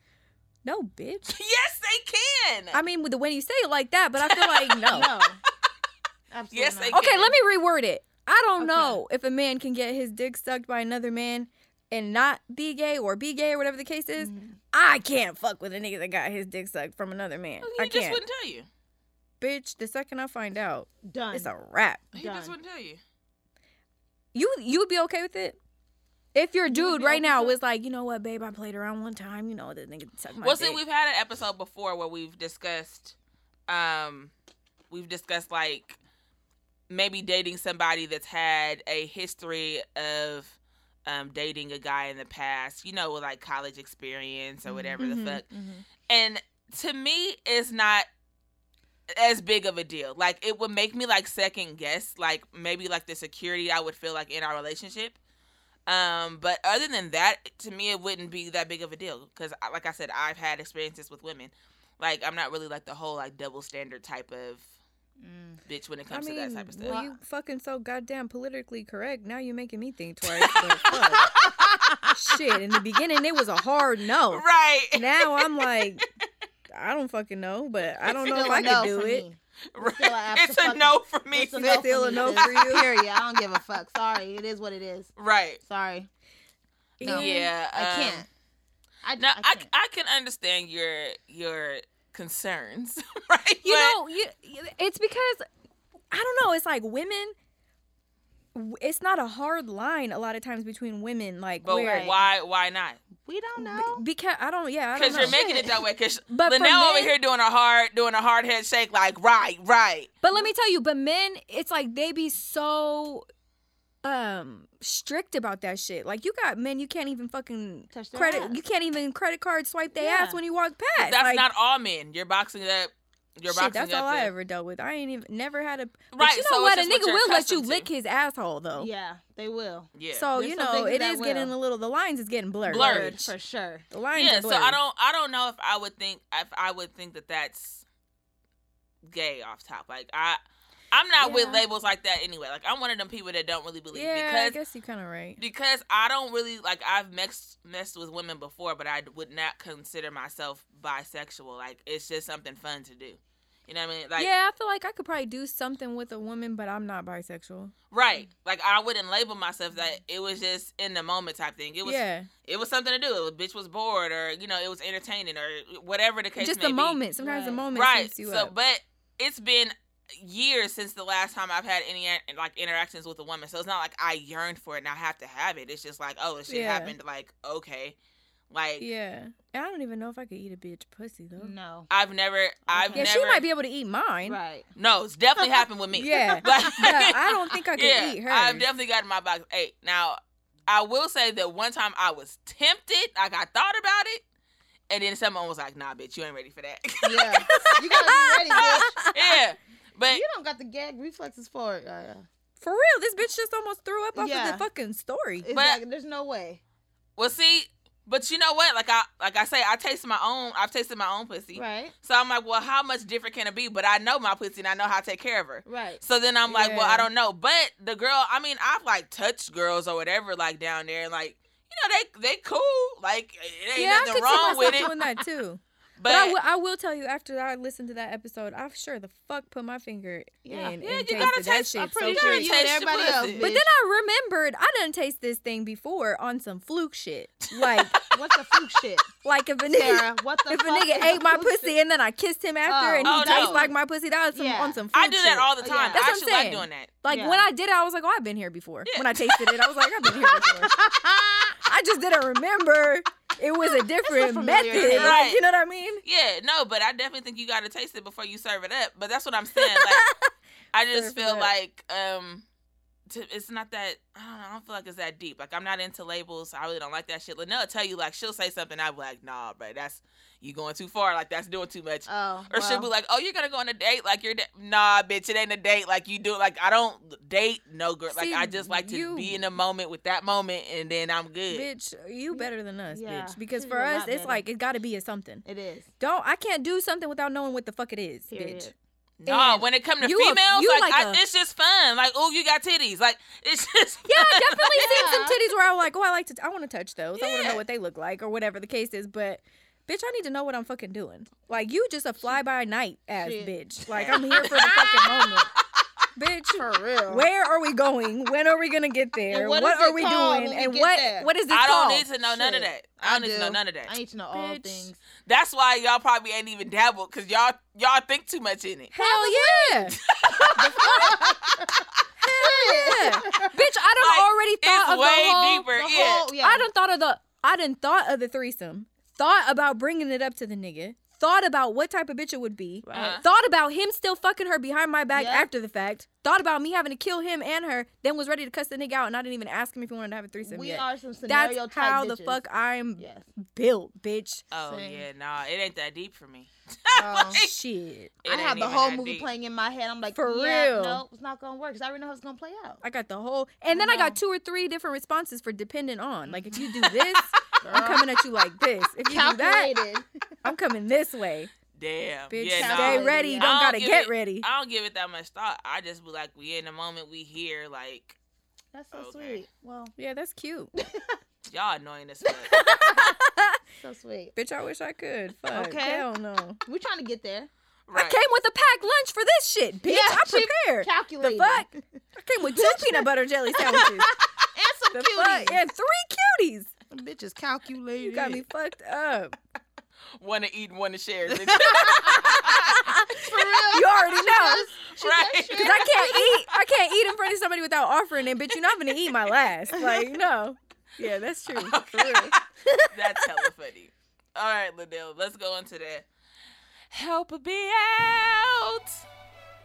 No, bitch.
yes, they can.
I mean, with the way you say it like that, but I feel like no.
Mm-hmm. No. Absolutely
Yes,
not.
they-
Okay, let me reword it. I don't
Okay.
know if a man can get his dick sucked by another man and not be gay or be gay or whatever the case is.
Mhm.
I can't fuck with a nigga that got his dick sucked from another man.
He
I
just
can't.
wouldn't tell Oh, you.
Bitch, the second I find out,
Done.
it's a wrap.
He
Done.
just wouldn't tell you.
You you would be okay with it? If your dude
be
right
open
now
to it?
was like, you know what, babe, I played around one time, you know, the nigga sucked my
well,
dick.
see, we've had an episode before where we've discussed, um, we've discussed like maybe dating somebody that's had a history of um, dating a guy in the past, you know, with like college experience or whatever
Mhm.
the fuck.
Mhm.
And to me, it's not as big of a deal. Like it would make me like second guess, like maybe like the security I would feel like in our relationship. Um, but other than that, to me, it wouldn't be that big of a deal because, like I said, I've had experiences with women. Like I'm not really like the whole like double standard type of
Mm-hmm.
Mm.
bitch when it
I
comes
mean,
to that type of stuff.
well, (laughs) you fucking so goddamn politically correct. Now you're making me think twice. (laughs) but fuck. Shit, in the beginning it was a hard no.
Right,
Now I'm like, I don't fucking know, but
(laughs)
I don't know if
Still
I
a no
could do
for
it.
me.
(laughs) right.
still a ass
It's
to
a
fuck-
no for me.
It's a
That's still
for
a
me,
no
(laughs) sis.
for you.
Period. I don't give a fuck. Sorry. It is what it is.
(laughs) Right.
Sorry. No.
Yeah.
I
um,
can't. I,
No,
I
I,
can't.
I can understand your your concerns, (laughs) right? But-
You know, you, you- it's because I don't know. It's like women. w- It's not a hard line a lot of times between women, like
but
where
Right.
why why not?
we don't
be-
know.
because I don't. Yeah, I don't
Because
know.
you're making it that way. Because
But for
Linnell over
men-
here doing a hard doing a hard head shake, like right, right.
But let me tell you, but men, it's like they be so um strict about that shit. Like you got men, you can't even fucking
Touch their
credit.
ass.
You can't even credit card swipe their
Yeah.
ass when you walk past.
That's
Like,
not all men. You're boxing it up. You're
shit,
boxing
that's
it up.
all I
to-
ever dealt with. I ain't even never had a. but
Right,
You
so
know
it's
what? A
just what
nigga
you're
will let you
accustomed
lick
to.
his asshole though.
Yeah, they will.
Yeah.
So
There's
you
some
know
things
it
that
is getting
will.
a little. The lines is getting blurred.
Blurred.
For sure.
The lines.
yeah.
Are
So
blurred.
I don't I don't know if I would think if I would think that that's gay off top. Like I I'm not with
Yeah.
labels like that anyway. Like I'm one of them people that don't really believe
Yeah, I
because
guess you're kind of right.
because I don't really like I've messed messed with women before, but I would not consider myself bisexual. Like it's just something fun to do. You know what I mean? Like
yeah, I feel like I could probably do something with a woman, but I'm not bisexual.
right. Like I wouldn't label myself that it was just in the moment type thing. It was
yeah,
it was something to do. It was, bitch was bored or you know, it was entertaining or whatever the case
just
may
the
be.
moment. Sometimes the
Right.
moment
Right.
sets you
so
up.
but it's been years since the last time I've had any like interactions with a woman. So it's not like I yearned for it and I have to have it. It's just like, oh, this shit
Yeah.
happened like okay. Like
Yeah. And I don't even know if I could eat a bitch pussy though.
No.
I've never, I've
Yeah,
never.
she might be able to eat mine.
Right.
No, it's
(laughs)
definitely happened with me. (laughs)
Yeah.
Like-
But I don't think I could
yeah,
eat her.
I've definitely gotten my box eight. Now, I will say that one time I was tempted, like I thought about it, and then someone was like, "Nah, bitch, you ain't ready for that." (laughs)
Yeah. you gotta be ready, bitch.
yeah, but
You don't got the gag reflexes for it. Uh,
For real, this bitch just almost threw up off of
Yeah.
the fucking story.
it's
But-
like, there's no way.
well, see, but you know what? Like I, like I say, I tasted my own. I've tasted my own pussy,
Right.
so I'm like, well, how much different can it be? But I know my pussy, and I know how to take care of her.
Right.
So then I'm like, well,
Yeah.
I don't know. But the girl, I mean, I've like touched girls or whatever, like down there, and like, you know, they they cool. Like, it ain't
yeah, I
nothing
could
wrong
see myself
with it.
doing
(laughs)
that too.
But,
But, I, will, I will tell you, after I listened to that episode, I've sure the fuck put my finger
Yeah.
in.
Yeah,
and
you gotta
tasted that
taste-
shit.
I'm
so
pretty
You
sure
good.
and
you taste your
everybody else,
pussy.
bitch.
But then I remembered I done taste this thing before on some fluke shit.
(laughs)
Like,
what the fuck shit,
like if a nigga,
Sarah? What the
if a
fuck
nigga
is
ate my
fuck
pussy (laughs)
shit?
and then I kissed him after
Oh.
and he
Oh, no.
tastes like my pussy, that was some,
Yeah.
on some fluke
I do that
shit.
all the
Yeah.
time.
Oh, That's
I
what I'm
actually like
saying.
doing that.
Like
Yeah.
when I did it, I was like, "Oh, I've been here before."
Yeah.
When I tasted it, I was like, "I've been here before." I just didn't remember it was a different
familiar
method.
taste.
Like,
Right.
you know what I mean?
Yeah, no, but I definitely think you gotta taste it before you serve it up. But that's what I'm saying.
(laughs)
Like, I just
Serve it
feel
up.
like um, to, it's not that. I don't know. I don't feel like it's that deep. Like I'm not into labels. I really don't like that shit. Linnell tell you like she'll say something. i will be like, nah, bro, that's you going too far. Like that's doing too much.
Oh,
Or she'll be like, "Oh, you're gonna go on a date? Like you're da- nah, bitch. It ain't a date. Like you do. Like I don't date no girl.
See,
like I just like to
you-
be in a moment with that moment, and then I'm good.
Bitch, you better than us,
Yeah.
bitch. Because
She's
for
a
us,
lot
it's
better.
like it got to be a something.
it is.
Don't I can't do something without knowing what the fuck it is, bitch.
Period.
No,
And
when it comes to
you a-
females,
you
like,
like
I,
a-
it's just fun. Like, oh, you got titties. Like it's (laughs) just
Yeah, I definitely seen some
Yeah.
titties where I was like, "Oh, I like to, I want to touch those. I want to
Yeah.
know what they look like or whatever the case is." But Bitch, I need to know what I'm fucking doing. Like you just a fly by night ass
Shit. (laughs)
bitch. Like I'm here for the fucking moment. Bitch,
For real.
where are we going? When are we gonna get there?
And what is
are
it
we
called
doing?
when we
And
get
what
there?
what is this
I don't
called?
need to know none of that.
Shit.
I don't need to know
do.
none of that.
I need to know all
Bitch.
things.
That's why y'all probably ain't even dabbled because y'all y'all think too much in it.
Hell yeah.
(laughs)
Hell (laughs) yeah. Bitch, I done
Like,
already thought of
It's
the
way
whole,
deeper.
the
yeah.
uh, whole- yeah.
I done thought of the I done thought of the threesome. Thought about bringing it up to the nigga. Thought about what type of bitch it would be.
Uh-huh.
Thought about him still fucking her behind my back
Yeah.
after the fact. Thought about me having to kill him and her. Then was ready to cuss the nigga out, and I didn't even ask him if he wanted to have a threesome
we
yet.
are some scenario
That's
type
how the
bitches.
fuck I'm (laughs)
Yes.
built, bitch.
Oh
Same.
yeah, nah, it ain't that deep for me.
Um,
Shit,
It
I
ain't
have the
even
whole
that
movie
deep.
playing in my head. I'm like,
For
yeah,
real.
no, it's not gonna work because I already know how it's gonna play out.
I got the whole, and then I got two or three different responses for dependent on. Like if
(laughs)
you do this, I'm coming at you like this. If you do that,
Calculated.
(laughs) I'm coming this way,
Damn.
bitch.
yeah, nah.
stay ready. You don't
I don't
gotta
give
get
it-
ready.
I don't give it that much thought. I just be like, we in the moment, we here. Like
That's so
Okay.
sweet. Well,
Yeah, that's cute.
y'all annoying as fuck.
(laughs) so sweet.
Bitch, I wish
(laughs)
I could. Fuck.
Okay.
Hell no.
We're trying to get there.
I
Right.
came with a packed lunch for this shit, bitch.
Yeah,
I
she-
prepared.
Calculated. (laughs)
fuck? I came with two peanut butter jelly sandwiches.
And some
The
cuties.
fuck? Yeah, three cuties.
Them bitches calculated.
You got me fucked up.
One to eat, and one
(laughs)
to share. (laughs) bitch.
For real.
(laughs) You already know.
She
Right.
does share.
Cause I
(laughs)
can't eat. I can't eat in front of somebody without offering it, bitch. You're not gonna eat my last. Like, no. Yeah,
(laughs)
that's true. For real.
That's hella funny. All right, Liddell, let's go into the help be out. I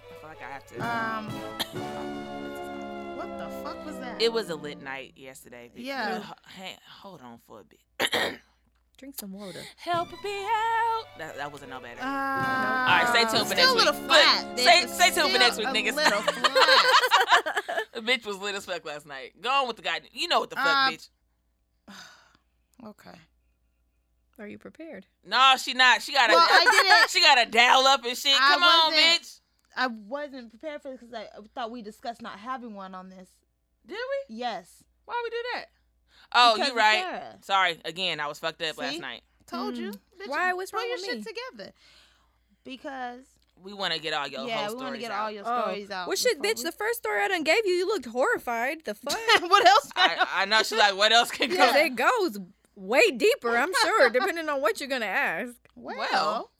feel like I have to.
Um, what the fuck was that?
it was a lit night yesterday. bitch.
Yeah.
You- hang- hold on for a bit.
Drink some water.
help me out. That, that wasn't no bad.
Uh,
idea. All right, stay tuned for next
Still a little
week.
flat.
Look,
bitch.
stay-
It's
stay tuned for next week,
still a
niggas. (laughs)
little flat.
the (laughs) bitch was lit as fuck last night. Go on with the guy. You know what the fuck,
Uh,
Um,
bitch.
okay.
Are you prepared?
No, she not. She got to
Well,
(laughs)
I didn't-
She got to dial up and shit.
I
Come on,
wasn't-
bitch.
I wasn't prepared for this because I I thought we discussed not having one on this.
Did we?
Yes.
Why we do that? Oh,
Because
you
of
right.
Sarah.
Sorry again. I was fucked up last
See?
night.
Told you.
Mm.
Bitch,
Why? What's
Pull
wrong
your
with
shit
me?
together.
Because
We want to get all your
yeah, we
whole
want to
stories
get
out.
all your
Oh.
stories out.
Well, shit,
before (laughs)
bitch. The first story I done gave you, you looked horrified. The fuck?
What, else?
I, I know she's like, what else can go?
Because it goes way deeper, I'm sure, depending on what you're gonna ask.
we-
well.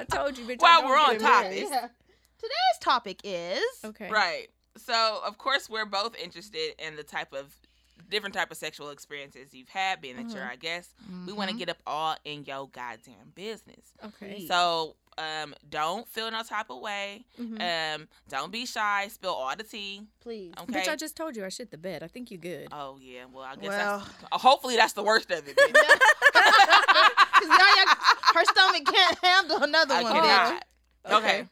I told you, bitch.
While
I don't
we're on
get
top,
embarrassed.
it's-
yeah. Today's topic is
Okay.
(laughs) Right. So of course we're both interested in the type of different type of sexual experiences you've had, being that you're our guest. We
Mm-hmm.
want to get up all in your goddamn business.
Okay.
Please.
So um, don't feel no type of way.
Mhm.
Um, don't be shy. Spill all the tea.
please.
Okay.
Bitch, I just told you I shit the bed. I think you good.
oh yeah. Well, I guess
Well.
that's. uh, hopefully that's the worst of
(laughs)
it. bitch.
Because now y'all, her stomach can't handle another
I
one.
cannot.
bitch.
Okay.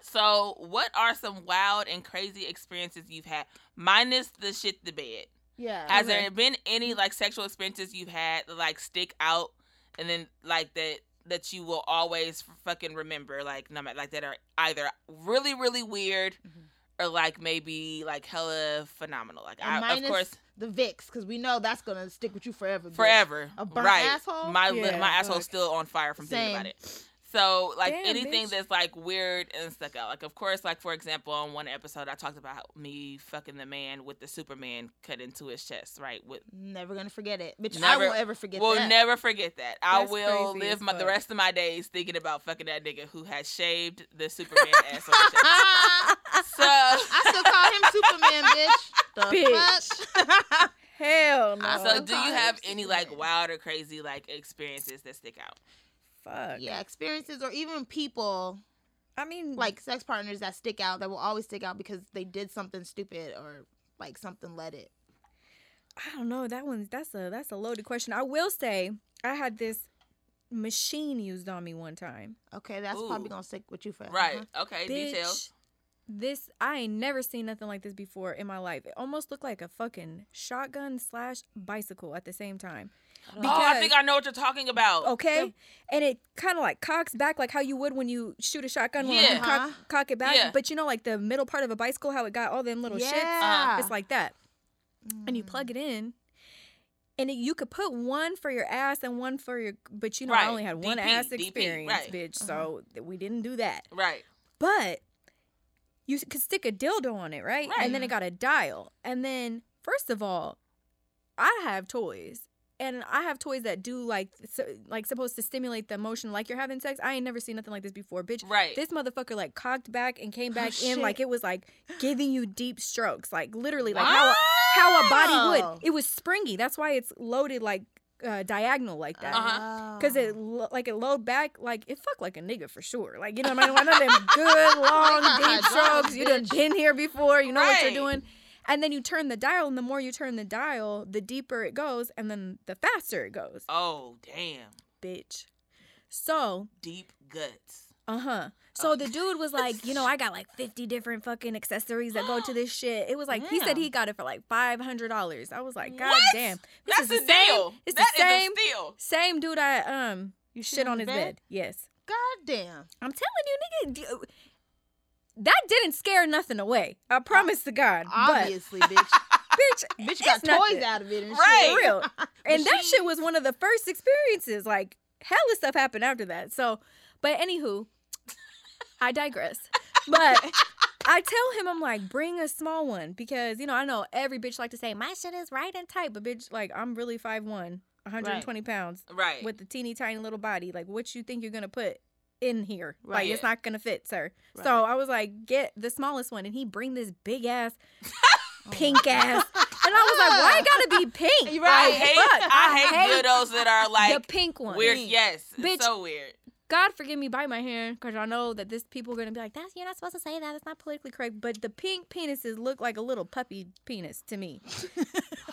So, what are some wild and crazy experiences you've had, minus the shit the bed?
Yeah.
Has
Okay.
there been any like sexual experiences you've had that like stick out, and then like that that you will always fucking remember, like no matter like that are either really really weird,
Mhm.
Mm-hmm.
or like maybe like hella phenomenal. Like
And
I, of
minus
course
the VIX, because we know that's gonna stick with you forever. bitch.
forever
A burnt
right.
asshole?
My li-
Yeah,
my asshole's
fuck.
still on fire from thinking about
Same.
it. So like
Damn,
anything
bitch.
that's like weird and stuck out. Like of course, like for example, on one episode I talked about me fucking the man with the Superman cut into his chest, right? With
Never gonna forget it, bitch.
Never-
I won't ever forget
we'll
that.
never forget that. I
That's
will
crazy
live
as
my the
fuck.
rest of my days thinking about fucking that nigga who has shaved the
(laughs)
Superman ass on his chest.
Ah, (laughs)
So
I still call him Superman, bitch. The
(laughs) Bitch.
fuck?
Hell no.
I
so
still
do you
call him
have any like
Superman.
wild or crazy like experiences that stick out?
Fuck.
yeah, experiences or even people
I mean,
like sex partners that stick out that will always stick out because they did something stupid or like something let it.
I don't know. That one's that's a that's a loaded question. I will say I had this machine used on me one time.
Okay, that's
Ooh.
probably gonna stick with you forever.
Right.
huh?
Okay.
Bitch,
Details.
This I ain't never seen nothing like this before in my life. It almost looked like a fucking shotgun slash bicycle at the same time.
oh, I think I know what you're talking about.
okay, and it kind of like cocks back like how you would when you shoot a shotgun. when
Yeah.
you cock,
Uh-huh.
cock it back,
Yeah.
but you know like the middle part of a bicycle,
Uh-huh.
how it got all them little shits.
Yeah.
Mm-hmm.
It's like that, and you
Mm.
plug it in, and it, you could put one for your ass and one for your. But you know, I
Right.
only had one
DP,
ass
DP,
experience,
right. Uh-huh.
bitch. So th- we didn't do that.
Right.
But you s- could stick a dildo on it, right? And then it got a dial. And then, first of all, I have toys. And I have toys that do like, so, like supposed to stimulate the emotion, like you're having sex. I ain't never seen nothing like this before, bitch.
Right.
This motherfucker like cocked back and came back
Oh,
in
shit.
like it was like giving you deep strokes, like literally like how a,
Ah!
how a body
Wow.
would. It was springy. That's why it's loaded like uh, diagonal like
Mm.
that.
Uh-huh.
Cause it lo- like it load back like it fucked like a nigga for sure. Like you know what I mean? One
(laughs)
of them good long deep
God,
strokes. You done
bitch.
been here before. You know what you're
Right.
doing. And then you turn the dial, and the more you turn the dial, the deeper it goes, and then the faster it goes,
Oh damn.
bitch. So
Deep guts.
uh huh. So the dude was like, you know, I got like fifty different fucking accessories that go to this shit. It was like he said
Damn.
he got it for like five hundred dollars. I was like, god
What?
damn, this
That's
is
a
the same-
deal.
It's
That
the
is a
same
steal.
same dude I um you shit on his
bed?
bed. Yes,
God damn.
I'm telling you, nigga. d- uh, That didn't scare nothing away. I promise to God. (laughs)
Obviously, bitch.
But bitch,
bitch
it's
got
nothing.
toys out of it and
Right.
shit.
(laughs)
For real. and that
Machine.
shit was one of the first experiences. Like hella stuff happened after that. So, but anywho, I digress. But
(laughs)
I tell him I'm like, bring a small one because you know I know every bitch like to say my shit is right and tight, but bitch, like I'm really 5'1", 120 pounds
Right.
with a teeny tiny little body. Like what you think you're gonna put in here? Like
Right.
it's not gonna fit, sir. So I was like, get the smallest one, and he bring this big ass, pink ass, and I was like, why it gotta be pink?
You're
I
right.
Like,
hate
fuck,
I hate, dildos that are like
the pink one.
weird. Yes, it's
Bitch.
so weird.
God forgive me, bite my hair, because I know that this people are gonna be like, "That's you're not supposed to say that. That's not politically correct." But the pink penises look like a little puppy penis to me.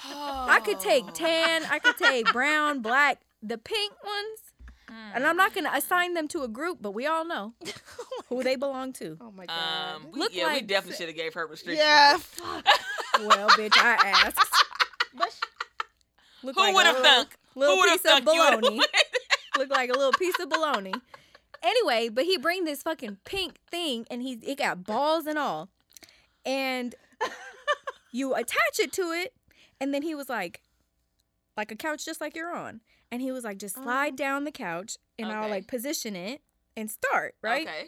I could
Oh.
take tan, I could take brown, black, the pink ones, and I'm not gonna assign them to a group, but we all know who they belong to.
Oh my god.
Um, we,
Look
yeah, we
like-
definitely should have gave her restrictions.
yeah.
(laughs)
Fuck.
Well, bitch, I asked.
But sh-
Look
Who
like a
would have
little-
thunk? Who
Little
would have
piece of
thunk you would
baloney.
(laughs) have?
look like a little piece of bologna. Anyway, but he bring this fucking pink thing and he it got balls and all.
(laughs)
And you attach it to it and then he was like like a couch just like you're on. And he was like just slide down the couch and I'll
Oh. Okay.
like position it and start, right?
Okay.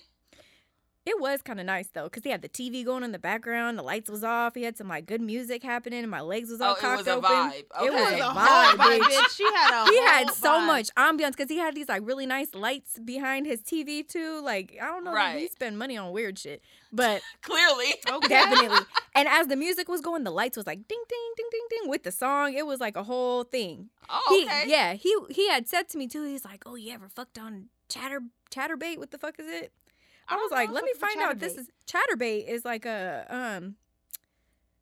It was kind of nice though cuz he had the TV going in the background, the lights was off, he had some like good music happening and my legs was all
Oh, it
cocked
was a
open.
vibe.
It
(laughs)
Okay. It
was a
was a
vibe,
my
bitch
bitch, she had a
he
whole
Oh,
had so
vibe.
much ambiance because he had these like really nice lights behind his TV too. Like I don't know, that he
Right.
spend money on weird shit, but (laughs)
Clearly. (laughs)
definitely. And as the music was going, the lights was like ding ding ding ding ding with the song. It was like a whole thing.
Oh,
He-
okay.
yeah, he he had said to me too. He's like, "Oh, you ever fucked on chatter chatterbait? What the fuck is it?" I, was
don't
like,
know
"Let me
if it's a
find out. This is chatterbait is like a um."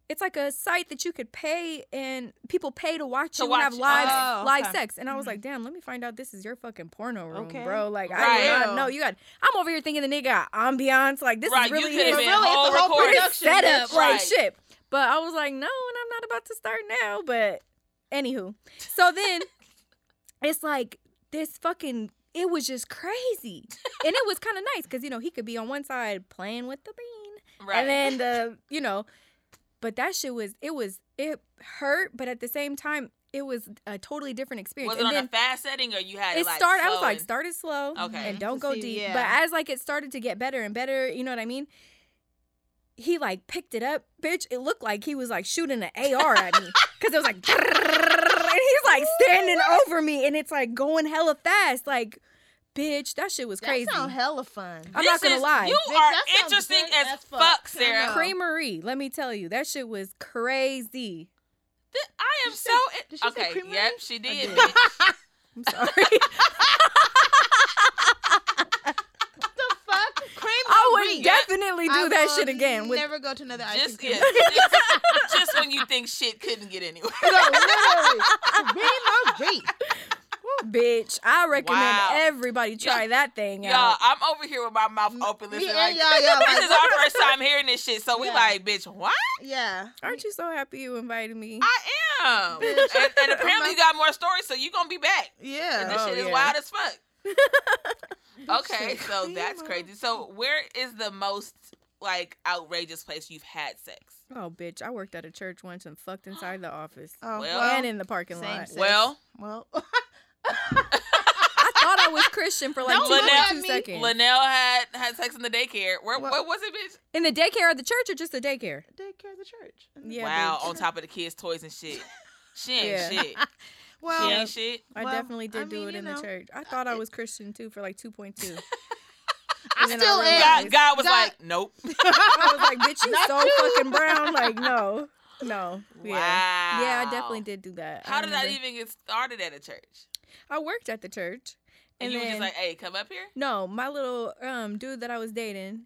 It's like a site that you could pay and people pay to watch
To
you and have
watch-
live
oh,
live
okay.
sex. And I was like, damn, let me find out this is your fucking porno room,
Okay.
bro. Like I
Right.
did not know you got I'm over here thinking the nigga got ambiance. Like this
right.
is really
you could
his
have been
really, it's
whole
a whole
recording.
production.
set up
bitch.
like
Right.
shit. But I was like, no, and I'm not about to start now. But anywho,
(laughs)
so then it's like this fucking. It was just crazy, and it
(laughs)
was kind of nice because you know he could be on one side playing with the bean,
Right.
and then the
(laughs)
you know, but that shit was it was it hurt, but at the same time it was a totally different experience.
was it
and
on
then
a fast setting or you had it,
it
like
started. I was
slow
like,
and-
start it slow,
Okay.
and don't
To
go
see-
deep.
yeah.
But as like it started to get better and better, you know what I mean? He like picked it up, bitch. It looked like he was like shooting an AR at me because it was like, and he's like standing over me, and it's like going hella fast, like, bitch, that shit was crazy.
That sound hella fun.
I'm not
This
gonna
is-
lie.
You
Bitch,
are
that sounds
interesting
good
as
as fuck.
fuck,
I know.
Sarah.
Cream-
Creamery, let me tell you, that shit was crazy.
Th- I am so.
did she say
okay.
creamery?
Yep, she did.
did.
bitch.
I'm sorry.
the fuck? Cream
I
Marie.
would definitely do
I
that
will
shit again. With
never go to another ice
Just,
cream.
yeah,
(laughs)
company.
(laughs)
just, just when you think shit couldn't get anywhere. (laughs)
Cream Marie.
bitch, I recommend
Wow.
everybody try that thing
Y'all,
out.
I'm over here with my mouth open.
Me
Listening,
and
like,
y'all, y'all
(laughs) this is
like,
(laughs)
our first time hearing this shit, so we
Yeah.
like, bitch, what?
yeah.
Aren't you so happy you invited me?
I
(laughs)
am. and, and apparently, you got more stories, so you gonna be back. And
Yeah.
this
Oh,
shit is
yeah.
wild as
(laughs)
fuck. okay, so that's
Creamery.
crazy. So where is the most like outrageous place you've had sex?
Oh, bitch! I worked at a church once and fucked inside the office
Oh,
Well-
and in the parking
same
lot.
sex.
Well,
well, (laughs)
I thought I was Christian for like
Don't
two
look
or
at
two
me.
seconds.
Linnell had had sex in the daycare. Where
Well-
where was it, bitch?
in the daycare of the church or just the daycare?
daycare of the church.
Yeah,
wow,
bitch.
on top of the kids' toys and shit. She ain't
Yeah. (laughs)
shit. She
Well,
Yeah.
ain't shit.
I
Well,
definitely did
I
do
mean,
it
you
in the
know,
church. I thought I was Christian too for like 2.2.
I
and then I
still am.
God,
realized-
God was
God-
like, nope.
(laughs)
I was like, bitch, you
Not
so
you.
fucking brown. Like, no, no. Yeah.
Wow.
Yeah, I definitely did do that.
How did
remember.
that even get started at a church?
I worked at the church.
And,
And,
you
then,
were just like, hey, come up here?
no, my little um dude that I was dating,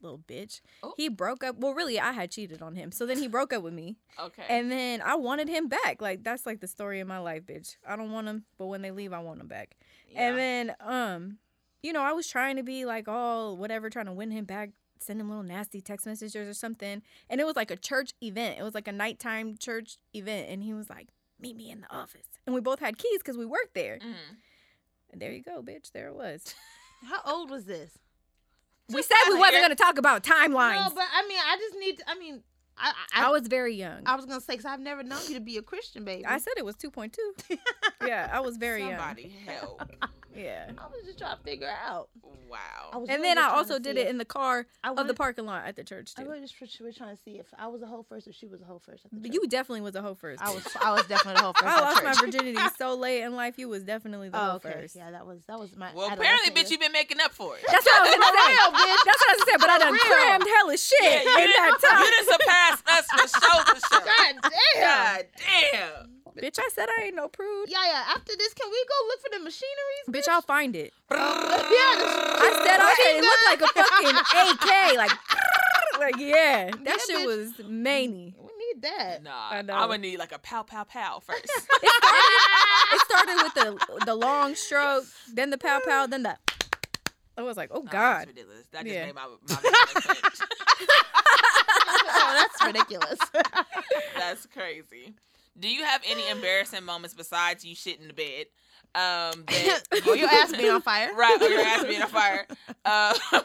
little bitch,
Oh.
he broke up. Well, really, I had cheated on him. So then he broke up with me.
Okay.
And then I wanted him back. Like, that's like the story of my life, bitch. I don't want him, but when they leave, I want him back.
Yeah.
And then, um, you know, I was trying to be like all whatever, trying to win him back, send him little nasty text messages or something. And it was like a church event. It was like a nighttime church event. And he was like, meet me in the office. And we both had keys because we worked there.
Mm.
And there you go, bitch. There
(laughs)
it was.
How old was this?
we
Just
said we
outta
wasn't
here.
going to talk about timelines.
No, but I mean, I just need. To, I mean, I I,
I
I,
was very young.
I was gonna say because I've never known you to be a Christian, baby.
I said it was 2.2.
(laughs)
yeah, I was very
Somebody help.
young. Yeah.
I was just trying to figure out. I
Wow.
was
And
really
then
trying
I
to
also
see
did it
if-
in the car
I
of the
wanted-
parking lot at the church,
I
too.
really just was- was trying to see if I was a hoe first or she was a hoe first. At the
You
church.
definitely was a hoe first. (laughs)
I was. I was definitely a hoe first.
I
at
lost my
church. (laughs)
virginity so late in life. You was definitely the
Oh,
hoe
okay.
first.
Yeah, that was that was my.
Well, apparently,
adolescent
bitch,
year.
you've been making up for it.
(laughs) That's what I was gonna say.
Hell, bitch.
That's what I was gonna say. But I done
real.
crammed hella shit
Yeah, you
in that
You
time.
done surpassed us for sure, for
(laughs)
sure.
God damn.
God damn.
Bitch, I said I ain't no prude.
Yeah, yeah. After this, can we go look for the machineries?
Bitch, I'll find it.
yeah, the-
I said I said it looked like
(laughs)
a fucking AK. Like, (laughs) like yeah, that
Yeah,
shit
bitch.
was
(laughs)
many.
we need that. Oh,
Nah,
I
I'm
know.
gonna need like a pow pow pow
(laughs)
first.
It started, it started with the the long stroke, then the pow pow, then the. I was like, oh
Nah,
god.
That's ridiculous. That just
Yeah.
made my, my mouth
(laughs)
clench.
oh, that's
(laughs)
ridiculous.
That's crazy. Do you have any embarrassing moments besides you shitting the bed? Um, that
(laughs) oh, your ass being on fire.
(laughs) right, oh, or your ass being on fire.
(laughs)
Um, (laughs) Uh,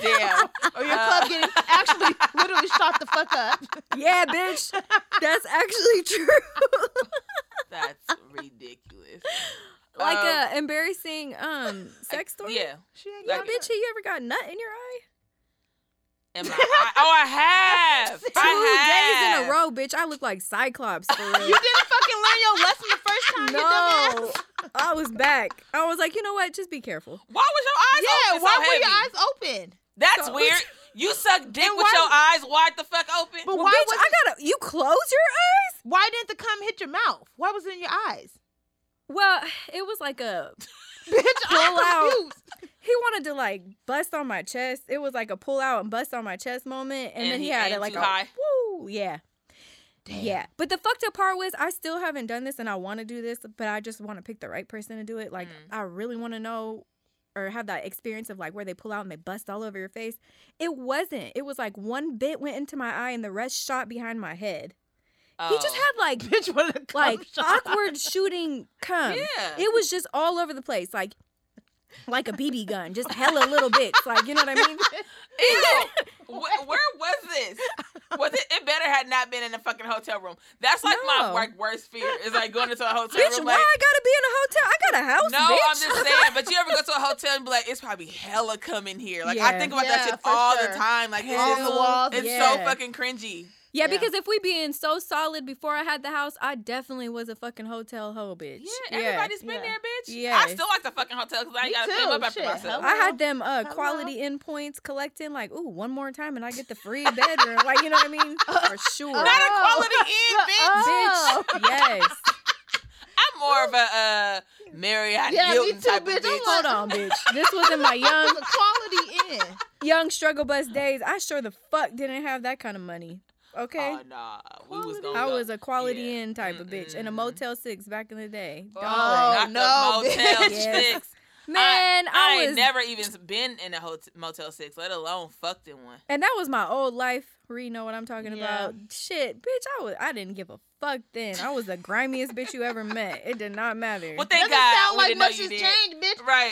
damn.
Or (laughs) Oh, your club
(laughs)
getting actually literally shot the fuck up. (laughs)
Yeah, bitch. That's actually (laughs) true.
That's ridiculous.
(laughs) like
Um,
a embarrassing um sex story.
Yeah.
She ain't
Yeah,
Like-
got
bitch, you ever got nut in your eye?
Am I, I, oh, I have.
(laughs) Two
I have.
days in a row, bitch. I look like Cyclops
(laughs)
for real.
You didn't fucking learn your lesson the first time. You dumbass. (laughs)
no, I was back. I was like, you know what? Just be careful.
Why was your eyes
Yeah,
open so
why
heavy?
were your eyes open?
That's
so- (laughs)
weird. You suck dick
And
with
why-
your eyes wide the fuck open.
But
Well,
why
bitch,
was
I gotta. You close your eyes?
why didn't the cum hit your mouth? Why was it in your eyes? (laughs)
Well, it was like a.
Bitch,
Pull out.
I'm confused.
He wanted to like bust on my chest. It was like a pull out and bust on my chest moment, and,
And
then he,
he
had it
aimed
like
too
a
high.
woo, yeah. Yeah, but the fucked up part was I still haven't done this, and I want to do this, but I just want to pick the right person to do it. Like
Mm.
I really want to know or have that experience of like where they pull out and they bust all over your face. It wasn't. It was like one bit went into my eye and the rest shot behind my head. He just
Oh.
had
(laughs)
like
(laughs) Bitch, what a cum
like
shot. (laughs)
awkward shooting cum.
Oh. Yeah. (laughs)
It was just all over the place, like like a BB gun, just hella little bits. Like you know what
(laughs)
I mean?
Ew. (laughs) Wh- where was this? Was it? It better had not been in a fucking hotel room. That's like my
No.
like worst fear is like going
(laughs)
into a hotel
bitch,
room.
why
Like,
I gotta be in a hotel? I got a house.
no,
bitch.
I'm just saying. But you ever go to a hotel and be like, it's probably hella coming here. Like I
Yeah.
think about that
Yeah,
shit
for
all
sure.
the time. Like it's,
on the
just-
walls.
it's so
yeah.
fucking cringy.
Yeah,
Yeah.
because if we being so solid before I had the house, I definitely was a fucking hotel hoe, bitch.
Yeah, everybody's been
Yeah.
there, bitch.
Yes.
I still like the fucking hotel because I
Me
ain't gotta clean
too.
up after
Shit,
myself.
hello.
I had them uh
Hello.
quality endpoints collecting like ooh one more time and I get the free bedroom like you know what
(laughs)
I mean for sure
Not a
Oh.
(laughs) quality in, bitch.
bitch
Oh.
yes
I'm more of a uh, Marriott
Yeah, me
Hilton
too,
type of
bitch. I'm
bitch.
like-
hold on bitch this was
(laughs)
in
(laughs)
my
It
young
was a quality in.
young struggle bus days I sure the fuck didn't have that kind of money okay
Oh nah, we was
Quality.
going.
I was a quality
Yeah.
in type of bitch in a
Mm-mm.
Motel Six back in the day
Oh,
Don't play.
not
no,
the Motel
bitch.
Six.
Man,
I,
I,
ain't
was
never even been in a hotel, Motel Six, let alone fucked in one.
and that was my old life. Ree know what I'm talking
Yeah.
about. Shit, bitch, I was I didn't give a fuck then. I was the grimiest bitch you ever met. It did not matter.
Well, thank
Doesn't
God.
sound
we
like
didn't know
much
you
has
did.
changed, bitch. (laughs)
Right.